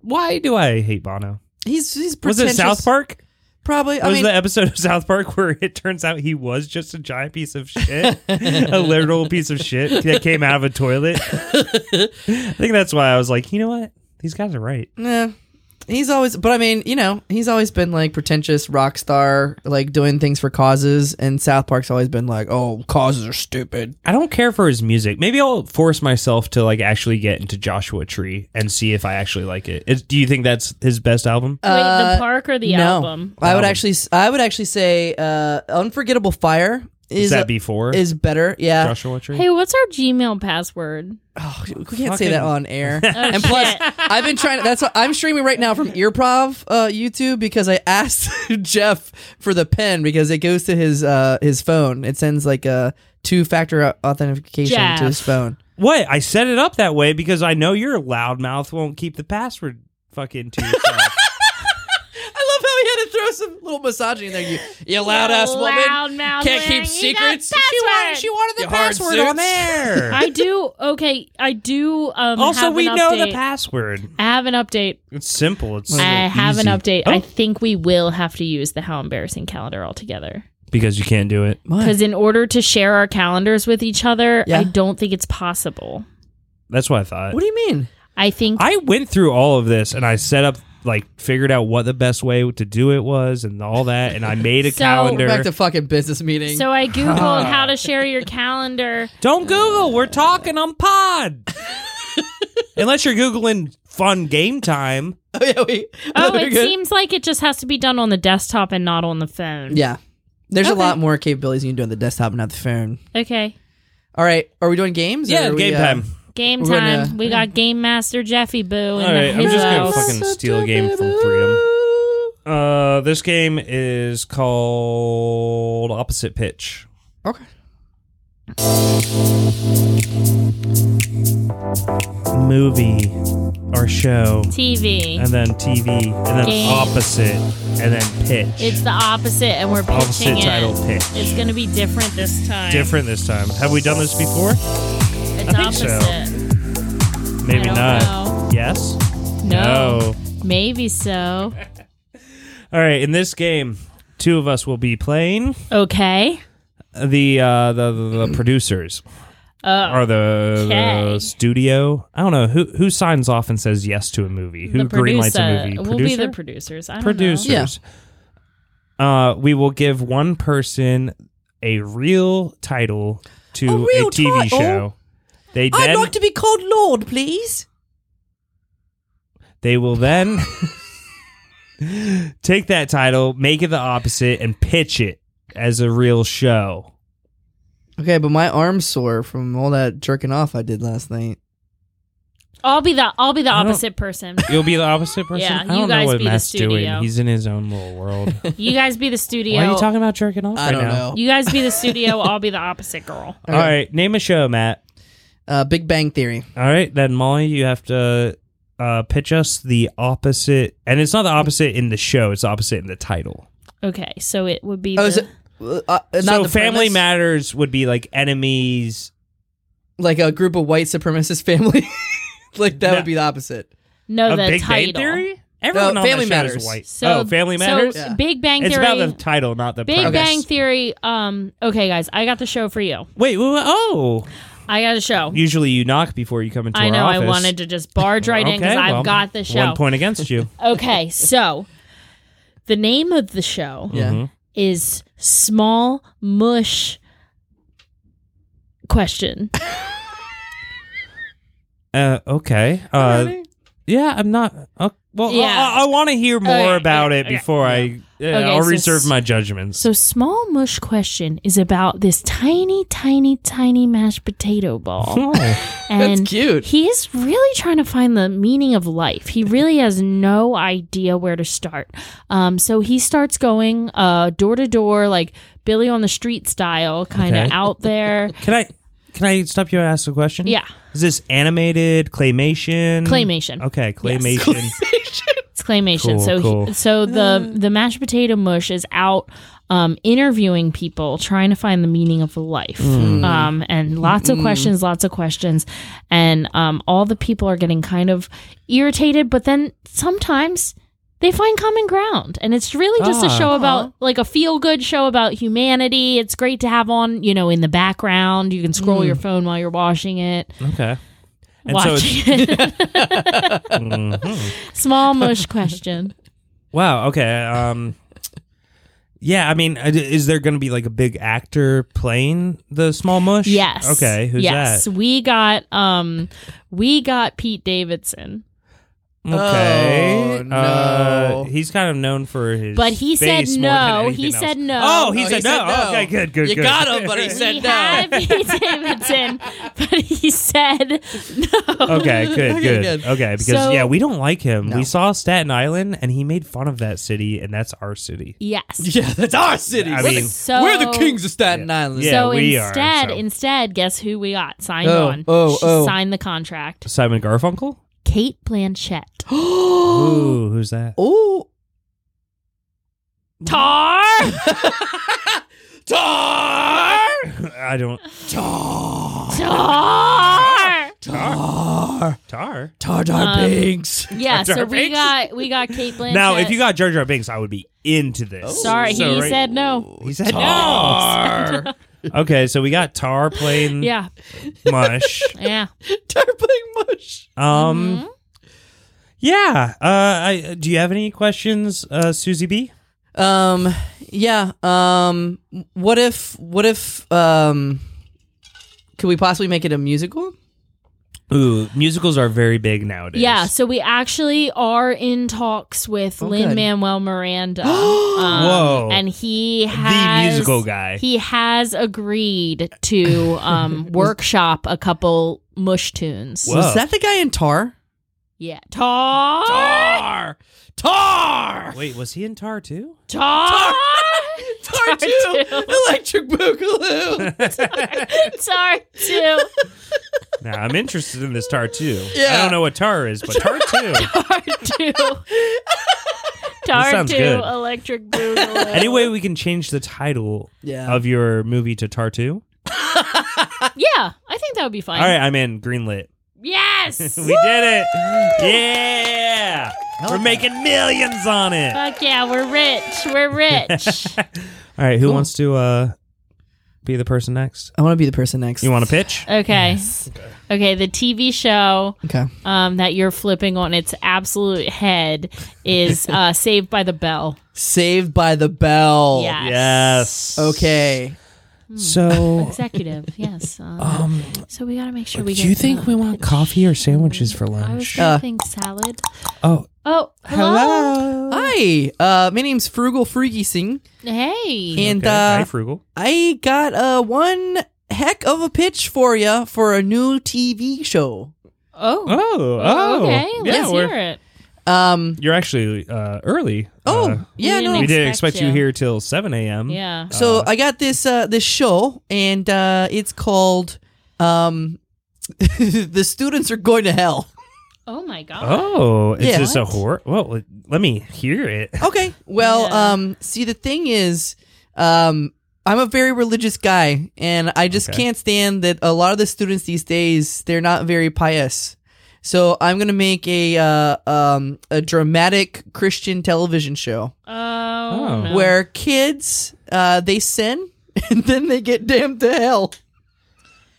S3: why do I hate Bono?
S2: He's he's
S3: Was it
S2: pretentious.
S3: South Park?
S2: Probably. I
S3: was
S2: mean,
S3: the episode of South Park where it turns out he was just a giant piece of shit, a literal piece of shit that came out of a toilet. I think that's why I was like, you know what, these guys are right.
S2: nah, he's always. But I mean, you know, he's always been like pretentious rock star, like doing things for causes. And South Park's always been like, oh, causes are stupid.
S3: I don't care for his music. Maybe I'll force myself to like actually get into Joshua Tree and see if I actually like it. Is- do you think that's his best album?
S1: Wait, the
S2: Uh,
S1: park or the
S2: no,
S1: album?
S2: I would
S3: Album.
S2: actually. s- I would actually say, uh, Unforgettable Fire is
S3: Is that
S2: a-
S3: before
S2: is uh, better. Yeah.
S3: Joshua Tree?
S1: Hey, what's our Gmail password?
S2: Oh, we can't say that
S3: Fucking-
S2: on air. and plus, I've been trying. That's what I'm streaming right now from Earprov uh, YouTube because I asked Jeff for the pen because it goes to his uh, his phone. It sends like a two factor authentication to his
S1: Jeff.
S2: phone.
S3: What? I set it up that way because I know your loudmouth won't keep the password fucking to yourself.
S2: I love how he had to throw some little misogyny in there. You, you loud ass woman
S1: Loudmouth
S2: can't
S1: woman,
S2: keep
S1: you got
S2: secrets. She wanted,
S1: password.
S2: she wanted the
S3: You hard
S2: password
S3: suits.
S2: on there.
S1: I do. Okay, I do. Um,
S3: also,
S1: have
S3: we
S1: an
S3: know
S1: update.
S3: the password.
S1: I have an update.
S3: It's simple. It's
S1: I have an
S3: easy.
S1: update.
S3: Oh.
S1: I think we will have to use the how embarrassing calendar altogether.
S3: because you can't do it.
S1: Because in order to share our calendars with each other,
S2: Yeah.
S1: I don't think it's possible.
S3: That's what I thought.
S2: What do you mean?
S1: I think
S3: I went through all of this and I set up like figured out what the best way to do it was and all that. And I made a
S1: So-
S3: calendar.
S2: Back to fucking business meeting.
S1: So I googled how to share your calendar.
S3: Don't Google. We're talking on pod. Unless you're Googling fun game time.
S2: oh, yeah, we,
S1: Oh,
S2: we're
S1: it
S2: good.
S1: seems like it just has to be done on the desktop and not on the phone.
S2: yeah. There's
S1: Okay.
S2: a lot more capabilities you can do on the desktop, not the phone.
S1: Okay.
S2: All right, are we doing games? or
S3: Yeah,
S2: are we,
S3: game
S2: uh,
S3: time.
S1: Game
S2: We're gonna-
S1: time. we got Game Master Jeffy Boo in
S3: All right,
S1: the
S3: I'm just gonna
S1: house.
S3: fucking steal a game from Freedom. Uh, this game is called Opposite Pitch.
S2: Okay.
S3: Movie or show,
S1: TV.
S3: and then TV, and then
S1: Game.
S3: opposite, and then pitch.
S1: It's the opposite, and we're pitching
S3: Opposite
S1: it.
S3: title pitch.
S1: It's gonna be different this time.
S3: Different this time. Have we done this before?
S1: It's
S3: I think so.
S1: opposite.
S3: Maybe
S1: I don't
S3: not.
S1: know.
S3: Yes?
S1: No. Maybe so.
S3: All right, in this game, two of us will be playing
S1: Okay.
S3: the uh, the, the, the producers
S1: Uh,
S3: or the,
S1: Okay.
S3: the studio. I don't know who who signs off and says yes to a movie. Who
S1: the
S3: greenlights
S1: producer-
S3: a movie?
S1: We'll be the
S3: Producer?
S1: producers. I don't know.
S3: producers. Uh, we will give one person a real title to
S2: A
S3: a,
S2: real
S3: TV
S2: title?
S3: show. They
S2: I'd
S3: then
S2: like to be called Lord, please.
S3: they will then take that title, make it the opposite, and pitch it as a real show.
S2: Okay, but my arm's sore from all that jerking off I did last night.
S1: I'll be the I'll be the
S3: I don't-
S1: opposite person.
S3: You'll be the opposite person.
S1: Yeah,
S3: I
S1: you
S3: don't know
S1: guys
S3: what
S1: be the
S3: Matt's
S1: studio.
S3: doing. He's in his own little world.
S1: You guys be the studio.
S3: Why are you talking about jerking off
S2: I
S3: right
S2: don't
S3: now?
S2: know.
S1: You guys be the studio. I'll be the opposite girl.
S3: All right, name a show, Matt.
S2: Uh, Big Bang Theory.
S3: All right, then Molly, you have to uh, pitch us the opposite, and it's not the opposite in the show; it's the opposite in the title.
S1: Okay, so it would be.
S2: Oh,
S1: the,
S2: is it? Uh, uh, not
S3: so,
S2: the
S3: Family
S2: premise?
S3: Matters would be like enemies.
S2: like a group of white supremacist family. like that
S3: No.
S2: would be the opposite.
S1: no the
S3: a Big
S1: title.
S3: Bang Theory. Everyone
S2: No,
S3: on
S2: Family
S3: that show
S2: Matters.
S3: is white.
S1: So
S3: oh, Family
S1: so
S3: Matters.
S2: Yeah.
S1: Big Bang
S3: It's
S1: Theory.
S3: about the title, not the
S1: Big
S3: premise.
S1: Bang Theory. Um. Okay, guys, I got the show for you.
S3: Wait, wait, wait, oh!
S1: I got a show.
S3: Usually, you knock before you come into
S1: I
S3: our
S1: know.
S3: office.
S1: I wanted to just barge right in
S3: Okay,
S1: because
S3: well,
S1: I've got the show.
S3: One point against you.
S1: Okay, so the name of the show
S2: Yeah.
S3: Mm-hmm.
S1: is Small Mush. Question.
S3: Uh, okay. Uh, yeah, I'm not. Uh, well,
S1: Yeah. Oh,
S3: I, I, want to hear more
S1: Okay,
S3: about
S1: okay,
S3: it
S1: okay.
S3: before I. Uh,
S1: Okay,
S3: I'll
S1: so
S3: reserve
S1: s-
S3: my judgments.
S1: So, small mush question is about this tiny, tiny, tiny mashed potato
S3: Oh.
S1: ball. And
S2: cute.
S1: He's really trying to find the meaning of life. He really has no idea where to start. Um, so he starts going uh, door to door, like Billy on the street style, kind of
S3: Okay.
S1: out there.
S3: Can I? Can I stop you and ask a question?
S1: Yeah.
S3: Is this animated claymation?
S1: Claymation.
S3: Okay, claymation.
S1: It's claymation.
S3: Cool,
S1: so he-
S3: cool.
S1: so the the mashed potato mush is out um, interviewing people, trying to find the meaning of life,
S3: Hmm.
S1: um, and lots of questions, lots of questions, and um, all the people are getting kind of irritated. But then sometimes they find common ground, and it's really just a
S3: Ah.
S1: show about like a feel good show about humanity. It's great to have on, you know, in the background. You can scroll your phone while you're washing it,
S3: okay. And Mm-hmm.
S1: watching it. Small mush question.
S3: Wow. Okay. Um. Yeah, I mean, I- is there going to be like a big actor playing the small mush?
S1: Yes.
S3: Okay. Who's
S1: yes.
S3: that?
S1: we got um we got Pete Davidson.
S3: Okay.
S2: Oh,
S3: Uh,
S2: no.
S3: he's kind of known for his.
S1: But he said
S3: face more than
S1: no.
S3: anything
S1: He
S3: else.
S1: said no.
S3: Oh, he,
S2: Oh,
S3: said, no. Okay. Good. Good.
S2: You
S3: good.
S2: got him, but he
S1: We
S2: said no.
S1: had Pete Davidson, but he said no.
S3: okay, good,
S2: Okay,
S3: good.
S2: good.
S3: Okay, because
S1: So-
S3: yeah, we don't like him.
S2: No.
S3: We saw Staten Island, and he made fun of that city, and that's our city.
S1: Yes.
S2: Yeah, that's our city.
S3: I
S2: we're,
S3: mean-
S2: the,
S1: So-
S2: we're the kings of Staten Island.
S3: Yeah.
S1: so
S3: we are,
S1: instead,
S3: so-
S1: instead, guess who we got signed
S2: Oh,
S1: on?
S2: oh,
S1: she
S2: oh.
S1: signed the contract.
S3: Simon Garfunkel.
S1: Kate Blanchett.
S3: Ooh, who's that?
S2: Oh,
S1: Tar.
S2: tar,
S3: I don't.
S2: tar,
S1: Tar.
S2: tar,
S3: Tar.
S2: tar, tar Binks.
S1: Yeah. So we
S3: Binks.
S1: got we got Kate Blanchett.
S3: Now, if you got Jar Jar Binks, I would be into this.
S2: Oh.
S1: sorry,
S3: So,
S1: he
S3: right-
S1: said no.
S3: He said
S2: Tar,
S3: no. Okay, so we got Tar playing
S1: Yeah.
S3: Mush.
S1: Yeah.
S2: tar playing mush.
S3: Um. Yeah. Uh, I, do you have any questions, uh, Susie B?
S2: Um, yeah. Um, what if? What if? Um, could we possibly make it a musical?
S3: Ooh, musicals are very big nowadays.
S1: Yeah, so we actually are in talks with
S2: Oh,
S1: Lin
S2: good.
S1: Manuel Miranda. um,
S3: Whoa.
S1: And he has
S3: musical guy.
S1: He has agreed to um, workshop a couple mush tunes.
S3: Whoa.
S2: Was that the guy in Tar?
S1: Yeah, tar,
S2: Tar, Tar,
S3: Wait, was he in Tar too?
S1: tar,
S2: Tar
S1: two.
S2: two, Electric Boogaloo.
S1: tar two,
S3: Now I'm interested in this Tar too. I
S2: Yeah.
S3: don't know what Tar is, but Tar too.
S1: tar two, tar
S3: sounds
S1: two,
S3: good.
S1: electric boogaloo.
S3: anyway, we can change the title
S2: Yeah.
S3: of your movie to Tar too.
S1: yeah, I think that would be fine.
S3: All right, I'm in. Greenlit.
S1: Yes,
S3: We did it. Yeah. We're making millions on it.
S1: fuck yeah, we're rich, we're rich.
S3: All right, who wants to uh, be the person next?
S2: I want to be the person next.
S3: You want to pitch?
S1: Okay. Okay, the TV show
S2: Okay.
S1: um, that you're flipping on its absolute head is uh, Saved by the Bell.
S2: Saved by the
S3: Oh,
S2: Bell.
S1: Yes.
S2: Okay.
S1: Hmm.
S3: So,
S1: Executive, yes. Um,
S3: um,
S1: so we got to make sure
S3: do
S1: we get.
S3: you think
S1: the
S3: we want
S1: pitch.
S3: coffee or sandwiches for
S1: I was
S3: lunch?
S1: thinking salad.
S2: Uh,
S3: Oh,
S1: Oh, hello.
S3: hello.
S2: Hi. Uh, my name's Frugal Freaky Singh,
S1: Hey.
S2: and
S3: Okay.
S2: uh,
S3: Hi, frugal.
S2: I got uh, one heck of a pitch for you for a new TV show.
S1: Oh.
S3: Oh, oh,
S1: Okay,
S3: yeah,
S1: let's
S3: we're-
S1: hear it.
S2: Um.
S3: You're actually uh, early.
S2: Oh,
S3: Uh,
S2: yeah.
S1: we
S2: No.
S3: we didn't
S1: expect
S3: expect you
S1: you.
S3: here till 7 a.m.
S1: Yeah.
S2: So I got this uh, this show, and uh, it's called um, "The Students Are Going to Hell."
S1: Oh my god.
S3: Oh, is
S2: Yeah.
S3: this a horror? Well, let me hear it.
S2: Okay. Well,
S1: Yeah.
S2: um, see, the thing is, um, I'm a very religious guy, and I just
S3: Okay.
S2: can't stand that a lot of the students these days they're not very pious. So I'm gonna make a uh, um, a dramatic Christian television show
S1: Oh.
S3: Oh.
S1: no.
S2: where kids uh, they sin and then they get damned to hell.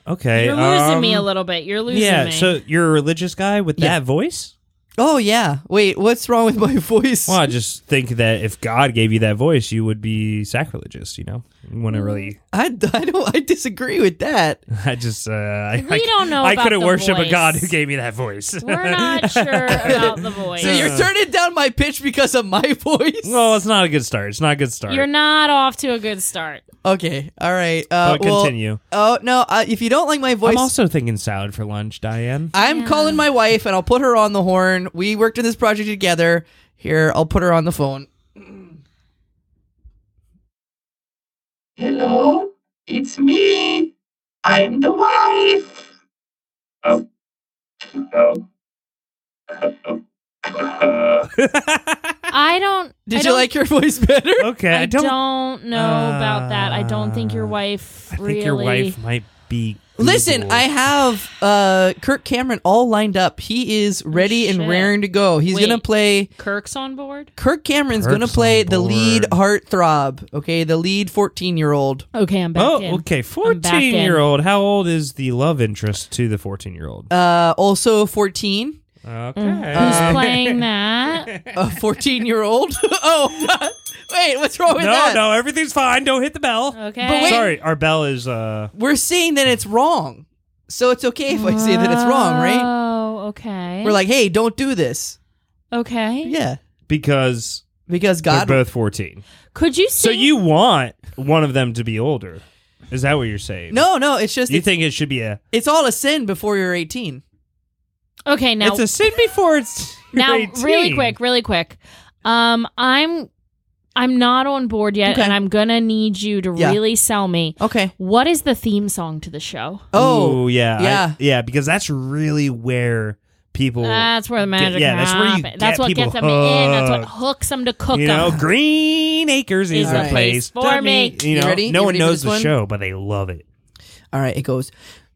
S3: Okay.
S1: You're losing me a
S3: um,
S1: little bit. You're losing
S3: Yeah,
S1: me.
S3: so you're a religious guy with
S2: Yeah.
S3: that voice?
S2: Oh yeah. Wait, what's wrong with my voice?
S3: Well, I just think that if God gave you that voice, you would be sacrilegious, you know? You
S1: Mm.
S3: wouldn't really.
S2: I, I don't. I disagree with that.
S3: I just. Uh, I,
S1: We
S3: I-
S1: don't know
S3: I
S1: about
S3: couldn't
S1: the
S3: worship
S1: voice.
S3: a God who gave me that voice.
S1: we're not sure about the voice.
S2: So you're turning down my pitch because of my voice.
S3: well, it's not a good start. It's not a good start.
S1: You're not off to a good start.
S2: Okay. All right. Uh,
S3: But
S2: well-
S3: continue.
S2: oh no! Uh, if you don't like my voice,
S3: I'm
S2: I'm,
S3: also thinking salad for lunch, Diane.
S2: calling my wife and I'll put her on the horn. We worked on this project together. Here, I'll put her on the phone.
S8: Hello, it's me. I'm the wife. Oh. Oh.
S1: I don't.
S2: Did
S1: I
S2: you
S1: don't-
S2: like your voice better?
S3: okay,
S1: I,
S3: I
S1: don't,
S3: don't.
S1: know about that. I don't think your
S3: Uh,
S1: wife
S3: I think
S1: really.
S3: your wife might be.
S2: Listen,
S3: Google.
S2: I have uh, Kirk Cameron all lined up. He is ready
S1: Shit.
S2: and raring to go. He's gonna
S1: Wait.
S2: play.
S1: Kirk's on board.
S2: Kirk Cameron's gonna
S3: Kirk's
S2: play
S3: on
S2: the lead
S3: board.
S2: heartthrob. Okay, the lead fourteen-year-old.
S1: Okay, I'm back
S3: Oh,
S1: in.
S3: okay.
S1: I'm back in.
S3: Fourteen-year-old. How old is the love interest to the fourteen-year-old?
S2: Uh, also fourteen.
S3: Okay.
S1: Mm.
S2: Uh,
S1: Who's
S3: Uh,
S1: playing that?
S2: A fourteen-year-old. oh, wait, what's wrong with
S3: no,
S2: that?
S3: no, everything's fine. Don't hit the bell.
S1: Okay.
S2: But wait-
S3: Sorry, our bell is. uh
S2: we're saying that it's wrong. So it's okay if I say that it's wrong, right?
S1: Oh, okay.
S2: We're like, hey, don't do this.
S1: okay.
S2: Yeah.
S3: because
S2: Because
S3: they're
S2: God
S3: both fourteen.
S1: Could you
S3: So
S1: sing?
S3: you want one of them to be older? Is that what you're saying?
S2: No, no, it's just
S3: You
S2: it's,
S3: think it should be a?
S2: it's all a sin before you're 18.
S1: okay now?
S3: it's a sin before it's.
S1: now,
S3: 18.
S1: really quick, really quick. Um, I'm, I'm not on board yet,
S2: Okay.
S1: and I'm gonna need you to
S2: Yeah.
S1: really sell me.
S2: Okay.
S1: What is the theme song to the show?
S2: Oh.
S3: Ooh, yeah, I-
S2: yeah.
S3: yeah, because that's really where people,
S1: That's where the magic
S3: yeah, that's where you
S1: happens.
S3: get
S1: what
S3: people
S1: gets them in. That's what
S3: hooked.
S1: hooks them to cook
S3: you know,
S1: them.
S3: Green Acres is
S1: Is
S3: the
S2: the
S1: place
S3: place
S1: for
S3: that
S1: me.
S3: You
S2: You
S3: know,
S2: ready?
S3: no
S2: You
S3: one
S2: ready for
S3: knows
S2: this
S3: the
S2: one?
S3: show, but they love it.
S2: All right, it goes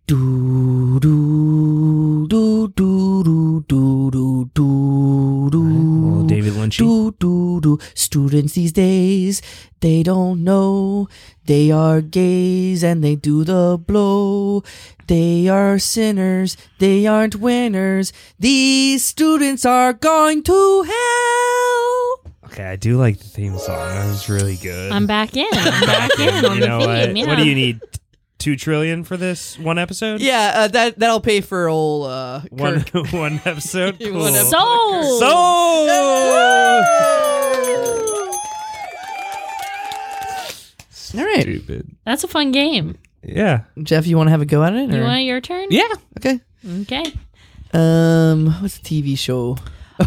S2: do do do do do do do do
S3: Well,
S2: do
S3: David Lynch.
S2: do do do students these days they don't know They are gays and they do the blow. They are sinners. They aren't winners. These students are going to hell.
S3: Okay, I do like the theme song. That was really good.
S1: I'm back in. I'm back in on
S3: you
S1: the
S3: know
S1: theme.
S3: what?
S1: Yeah.
S3: What do you need? Two trillion for this one episode?
S2: Yeah, uh, that that'll pay for old uh,
S3: One
S2: Kirk.
S3: one episode.
S2: One
S3: Cool.
S2: episode.
S1: Soul.
S3: Soul!
S2: All right,
S3: Stupid.
S1: That's a fun game.
S3: Yeah.
S2: Jeff, you want to have a go at it?
S1: You
S2: or-
S1: want your turn?
S3: Yeah.
S2: Okay.
S1: Okay.
S2: Um, what's a TV show?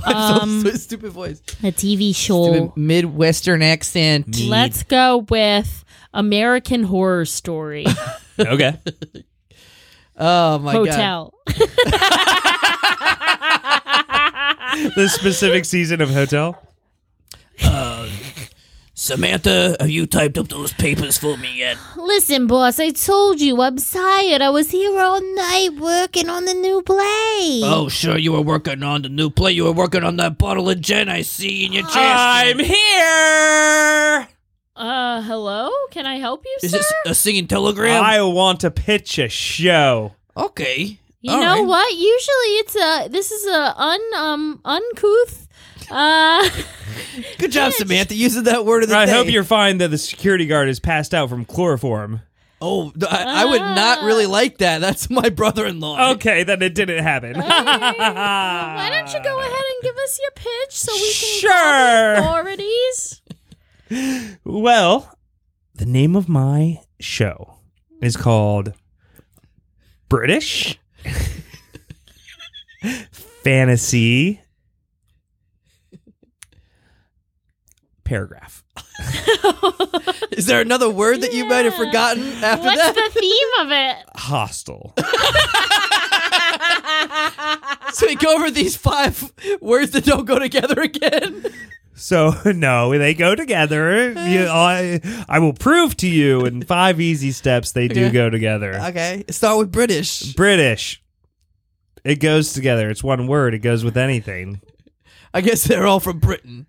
S1: Um,
S2: so, so stupid voice.
S1: A TV
S2: Stupid
S1: show.
S2: Midwestern accent.
S1: Let's go with American Horror Story
S3: Okay.
S2: Oh my god.
S1: Hotel.
S3: the specific season of Hotel.
S2: Samantha, have you typed up those papers for me yet?
S7: Listen, boss, I told you I'm tired. I was here all night working on the new play.
S2: Oh, sure. You were working on the new play. You were working on that bottle of gin I see in your chest.
S3: here.
S1: Uh, hello? Can I help you,
S2: Is
S1: sir?
S2: this a singing telegram?
S3: I want to pitch a show.
S2: okay.
S1: You
S2: All
S1: know
S2: right.
S1: what? Usually it's a this is a un um uncouth uh
S2: Good job, Samantha, using that word of the
S3: I
S2: day.
S3: hope you're fine that the security guard is passed out from chloroform.
S2: Oh, th- I, I would
S1: Ah.
S2: not really like that. That's my brother-in-law.
S3: Okay, then it didn't happen.
S1: why don't you go ahead and give us your pitch so we can
S3: Uh, Sure.
S1: call the authorities?
S3: Well, the name of my show is called British Fantasy Paragraph.
S2: Is there another word that you might have
S1: Yeah.
S2: forgotten after
S1: What's
S2: that?
S1: the theme of it?
S3: Hostile.
S2: so we go over these five words that don't go together again.
S3: So no, they go together. You- I, I will prove to you in five easy steps they do
S2: Okay.
S3: go together.
S2: Okay. Start with British.
S3: British. It goes together. It's one word. It goes with anything.
S2: I guess they're all from Britain.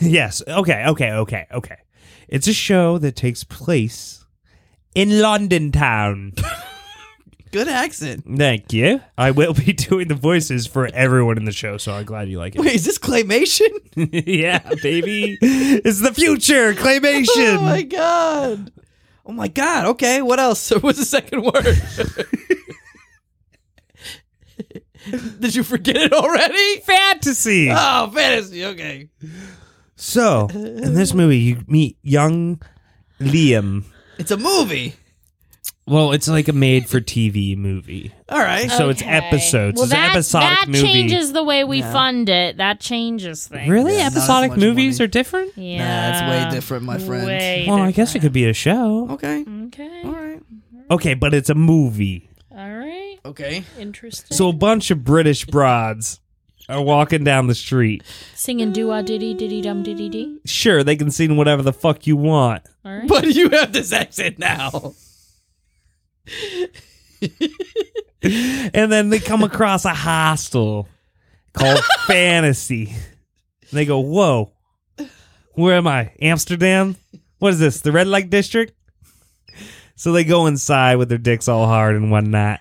S3: Yes. Okay. Okay. Okay. Okay. It's a show that takes place in London town.
S2: Good accent.
S3: Thank you. I will be doing the voices for everyone in the show, so I'm glad you like
S2: Wait, is this claymation?
S3: it. yeah, baby. It's the future. Claymation.
S2: Oh my god. Oh my god. Okay. What else? So What's the second word? Did you forget it already?
S3: Fantasy.
S2: Oh, fantasy. Okay.
S3: So, in this movie, you meet young Liam.
S2: It's a movie.
S3: Well, it's like a made for TV movie.
S2: All right.
S3: So it's
S1: Okay.
S3: episodes.
S1: Well,
S3: it's an
S1: that,
S3: episodic
S1: that
S3: movie.
S1: changes the way we fund it. That changes things.
S3: Really?
S2: Yeah, not as
S3: episodic
S2: much
S3: movies
S2: money.
S3: are different?
S1: Yeah.
S2: Nah, it's way different, my friend.
S1: Way
S3: Well, I guess it could be a show.
S2: Okay.
S1: different. Okay.
S2: All right.
S3: Okay, but it's a movie.
S1: All right.
S2: Okay.
S1: Interesting.
S3: So a bunch of British broads are walking down the street.
S1: Singing doo wah diddy diddy dum diddy dee.
S3: Sure, they can sing whatever the fuck you want.
S1: All right.
S2: But you have this accent now.
S3: And then they come across a hostel called Fantasy. And they go, Whoa, where am I? Amsterdam? What is this? The Red Light District? So they go inside with their dicks all hard and whatnot.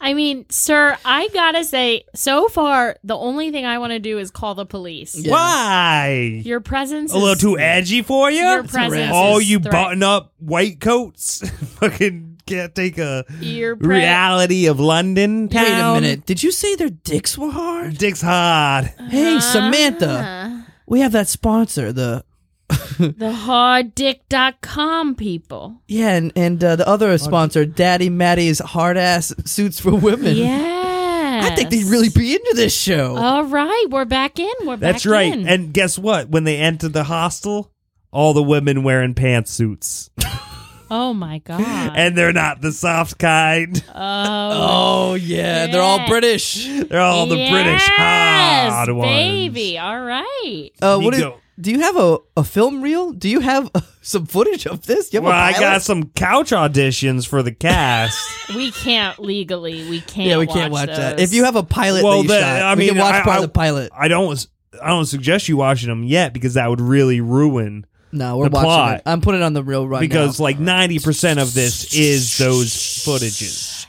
S1: I mean, sir, I gotta say, so far, the only thing I want to do is call the police.
S2: Yeah.
S3: Why?
S1: Your presence
S3: A little
S1: is-
S3: too edgy for you?
S1: Your presence.
S3: All
S1: is
S3: you
S1: threat-
S3: button up white coats fucking can't take a
S1: Your pre-
S3: reality of London
S2: Wait a
S3: town.
S2: minute. Uh, Did you say their dicks were hard?
S3: Dick's hard.
S2: Hey, Samantha. We have that sponsor, the
S1: Ah, The harddick.com people.
S2: yeah, and, and uh, the other sponsor, Daddy Maddie's hard ass suits for women.
S1: Yeah.
S2: I think they'd really be into this show.
S1: All right, we're back in. We're back
S3: That's right.
S1: in.
S3: And guess what? When they enter the hostel, all the women wearing pantsuits.
S1: oh my god.
S3: And they're not the soft kind.
S1: oh,
S2: oh yeah, they're all
S1: Yeah.
S2: British.
S3: They're all the British
S1: Yes,
S3: hard ones.
S1: baby. All right.
S2: Uh, what do you,
S3: Nico.
S2: do you have a, a film reel? Do you have uh, some footage of this? You have a
S3: Well, I
S2: pilot?
S3: got some couch auditions for the cast.
S1: We can't legally. We can't.
S2: Yeah, we can't watch that. If you have a pilot
S3: well,
S2: that you
S3: the-
S2: shot,
S3: I
S2: we
S3: mean,
S2: can watch
S3: I,
S2: part
S3: I-
S2: of the pilot.
S3: I don't. I don't suggest you watching them yet because that would really ruin
S2: No, we're
S3: The
S2: watching
S3: plot.
S2: it. I'm putting it on the real run
S3: because like 90% of this is those footages.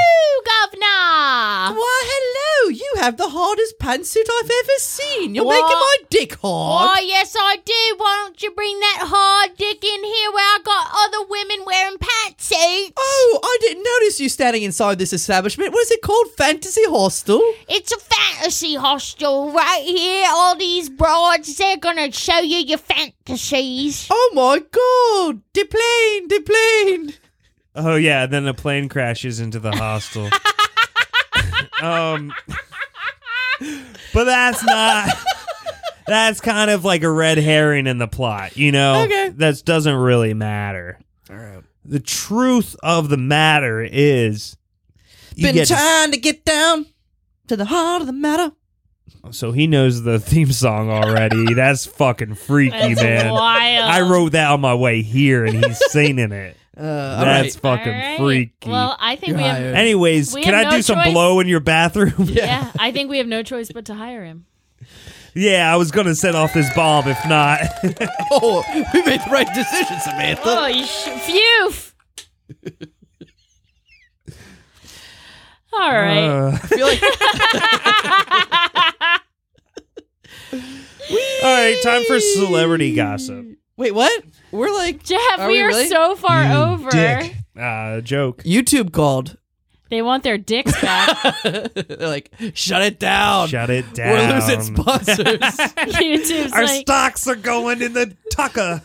S7: Hello, governor.
S2: Why, hello! You have the hardest pantsuit I've ever seen. You're making my
S7: What?
S2: dick hard.
S7: Oh, yes, I do. Why don't you bring that hard dick in here where I got other women wearing pantsuits?
S2: Oh, I didn't notice you standing inside this establishment. What is it called? Fantasy Hostel?
S7: It's a fantasy hostel right here. All these broads, they're gonna show you your fantasies.
S2: Oh my god! The plane, the plane.
S3: Oh yeah, then a plane crashes into the hostel. um But that's not That's kind of like a red herring in the plot, you know?
S2: Okay.
S3: That doesn't really matter.
S2: All right.
S3: The truth of the matter is you
S2: Been
S3: get to-
S2: trying to get down to the heart of the matter.
S3: so he knows the theme song already. that's fucking freaky,
S1: That's
S3: man.
S1: wild.
S3: I wrote that on my way here and he's singing it.
S2: Uh, all
S3: That's
S2: right.
S1: All
S3: fucking
S1: right.
S3: freaky.
S1: Well, I think
S2: You're
S1: we have.
S2: hired.
S3: Anyways,
S1: We
S3: can
S1: have
S3: I
S1: no
S3: do some
S1: choice.
S3: blow in your bathroom?
S1: Yeah. I think we have no choice but to hire him.
S3: Yeah, I was gonna set off this bomb if not.
S2: Oh, we made the right decision, Samantha.
S1: Oh, you sh- phew! All right.
S3: Uh,
S2: I feel like
S3: all right, time for celebrity gossip.
S2: wait, what? We're like
S1: Jeff,
S2: Are
S1: we,
S2: we
S1: are
S2: really?
S1: so far over.
S3: Dick. Uh, joke.
S2: YouTube called.
S1: They want their dicks back.
S2: They're like, shut it down.
S3: Shut it down.
S2: We're losing sponsors.
S1: YouTube's
S3: Our
S1: like
S3: stocks are going in the Tucker.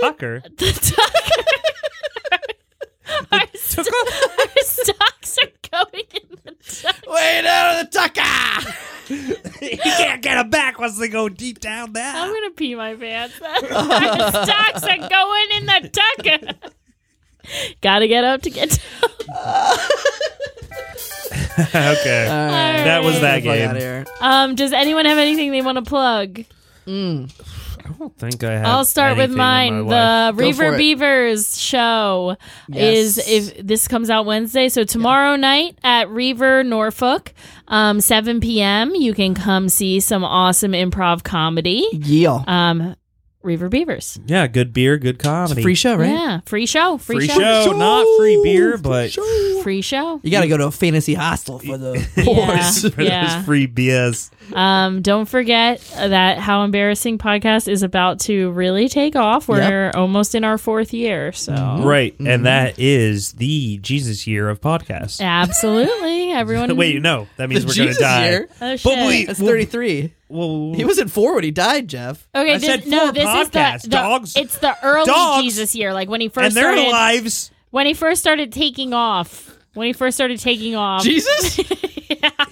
S3: Tucker.
S1: the tucker. our, st- our stocks are going in the tuck.
S2: Way down to the tucker.
S3: you can't get them back once they go deep down
S1: I'm
S3: there.
S1: gonna pee my pants. our stocks are going in the tucker. Gotta get up to get. Down.
S3: okay.
S2: All right.
S3: that was that
S2: Fuck outta
S3: game.
S2: here.
S1: Um, does anyone have anything they want to plug?
S2: Mm.
S3: I don't think I have.
S1: I'll start with
S3: anything in my
S1: mine. The
S3: life.
S2: Go for
S1: Reaver
S2: it.
S1: Beavers show is
S2: Yes.
S1: if this comes out Wednesday, so tomorrow night at Reaver Norfolk, um, 7 p.m. You can come see some awesome improv comedy.
S2: Yeah.
S1: Um, Reaver Beavers,
S3: Yeah, good beer, good
S2: It's
S3: comedy.
S2: a free show, right?
S1: yeah, free show, free,
S3: Free
S1: show.
S3: show. not free beer, but-
S1: free show.
S2: You gotta go to a fantasy hostel for the
S1: Yeah.
S3: for those free beers.
S1: Um, don't forget that How Embarrassing podcast is about to really take off. We're almost in our fourth year, so.
S2: Oh,
S3: Right,
S2: mm-hmm.
S3: and that is the Jesus year of podcasts.
S1: Absolutely, everyone.
S3: Wait, no, that means
S2: The
S3: we're going to
S2: Jesus
S3: die.
S2: year?
S1: Oh, shit.
S3: But wait,
S2: That's 33.
S3: well,
S2: He was at four when he died, Jeff.
S1: Okay,
S3: I
S1: this,
S3: said
S1: no,
S3: four
S1: this is
S3: podcasts.
S1: the, the
S3: Dogs.
S1: It's the early
S3: Dogs.
S1: Jesus year, like when he
S3: and
S1: first
S3: their
S1: started.
S3: lives.
S1: When he first started taking off. When he first started taking off.
S2: Jesus?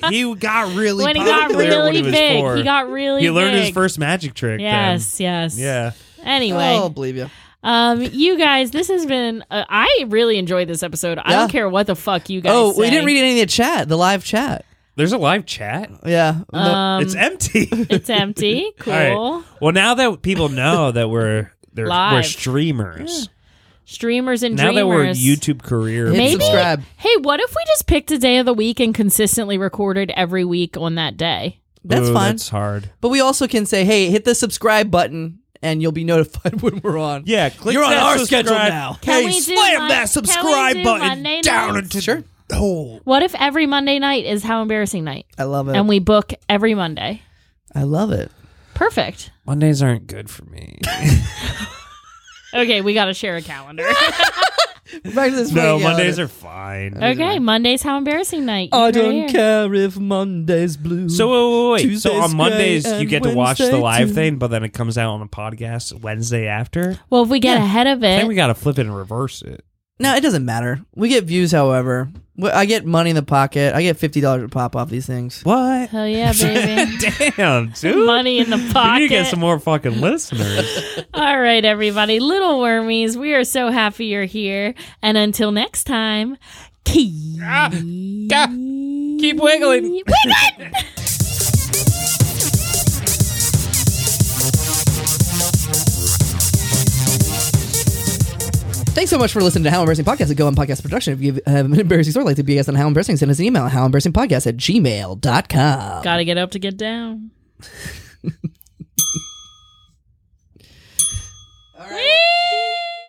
S3: He got really
S1: when he got
S3: popular when
S1: really
S3: he was
S1: big,
S3: four.
S1: he got really.
S3: He learned his
S1: big.
S3: first magic trick.
S1: Yes, yes.
S3: Then. Yeah.
S1: Anyway,
S2: Oh, believe you.
S1: um, you guys, this has been. Uh, I really enjoyed this episode. I
S2: Yeah.
S1: don't care what the fuck you guys.
S2: Oh, we
S1: say.
S2: didn't read any of the chat, the live chat.
S3: There's a live chat.
S2: Yeah. No-
S1: Um,
S3: it's empty.
S1: it's empty. Cool.
S3: right. well, now that people know that we're they're, we're
S1: Live.
S3: streamers.
S1: Streamers and
S3: Now that we're
S1: dreamers.
S3: YouTube career,
S2: Hit
S1: maybe-
S3: people,
S2: subscribe.
S1: Hey, what if we just picked a day of the week and consistently recorded every week on that day?
S2: That's
S3: Ooh,
S2: fine.
S3: That's hard.
S2: But we also can say, hey, hit the subscribe button and you'll be notified when we're on.
S3: Yeah, click
S2: You're on
S3: that
S2: our
S3: subscribe.
S2: schedule now.
S1: Can
S3: hey,
S1: we do
S3: slam
S1: Mon- can we
S3: that subscribe
S1: do
S3: button
S1: Monday
S3: down
S1: nights?
S3: into
S2: Sure.
S3: the hole.
S1: What if every Monday night is how embarrassing night
S2: I love it.
S1: and we book every Monday?
S2: I love it.
S1: Perfect.
S3: Mondays aren't good for me.
S1: Okay, we got to share a calendar.
S2: Back to this
S3: no,
S2: fucking
S3: Mondays
S2: calendar.
S3: are fine.
S1: okay, Monday's how embarrassing night. You
S2: I
S1: heard it
S2: don't
S1: here. uh,
S2: care if Monday's blue.
S3: So wait, wait, wait. so
S2: Tuesday's
S3: on Mondays
S2: great
S3: you get to
S2: and
S3: watch the
S2: Wednesday
S3: live
S2: too.
S3: thing, but then it comes out on a podcast Wednesday after.
S1: Well, if we get ahead of
S3: I think we
S1: it,
S3: got to flip it and reverse it.
S2: No, it doesn't matter. We get views, however. Wh- I get money in the pocket. I get fifty dollars to pop off these things.
S3: What?
S1: hell yeah, baby.
S3: Damn, dude.
S1: Money in the
S3: You need
S1: pocket.
S3: to get some more fucking listeners.
S1: All right, everybody. Little wormies, we are so happy you're here. And until next time, keep,
S3: Ah,
S1: keep
S2: wiggling. Thanks so much for listening to How Embarrassing Podcast, a Go On Podcast production. If you have an embarrassing story, like to be a guest on How Embarrassing, send us an email at howembarrassingpodcast at gmail.com.
S1: Gotta get up to get down. Bye.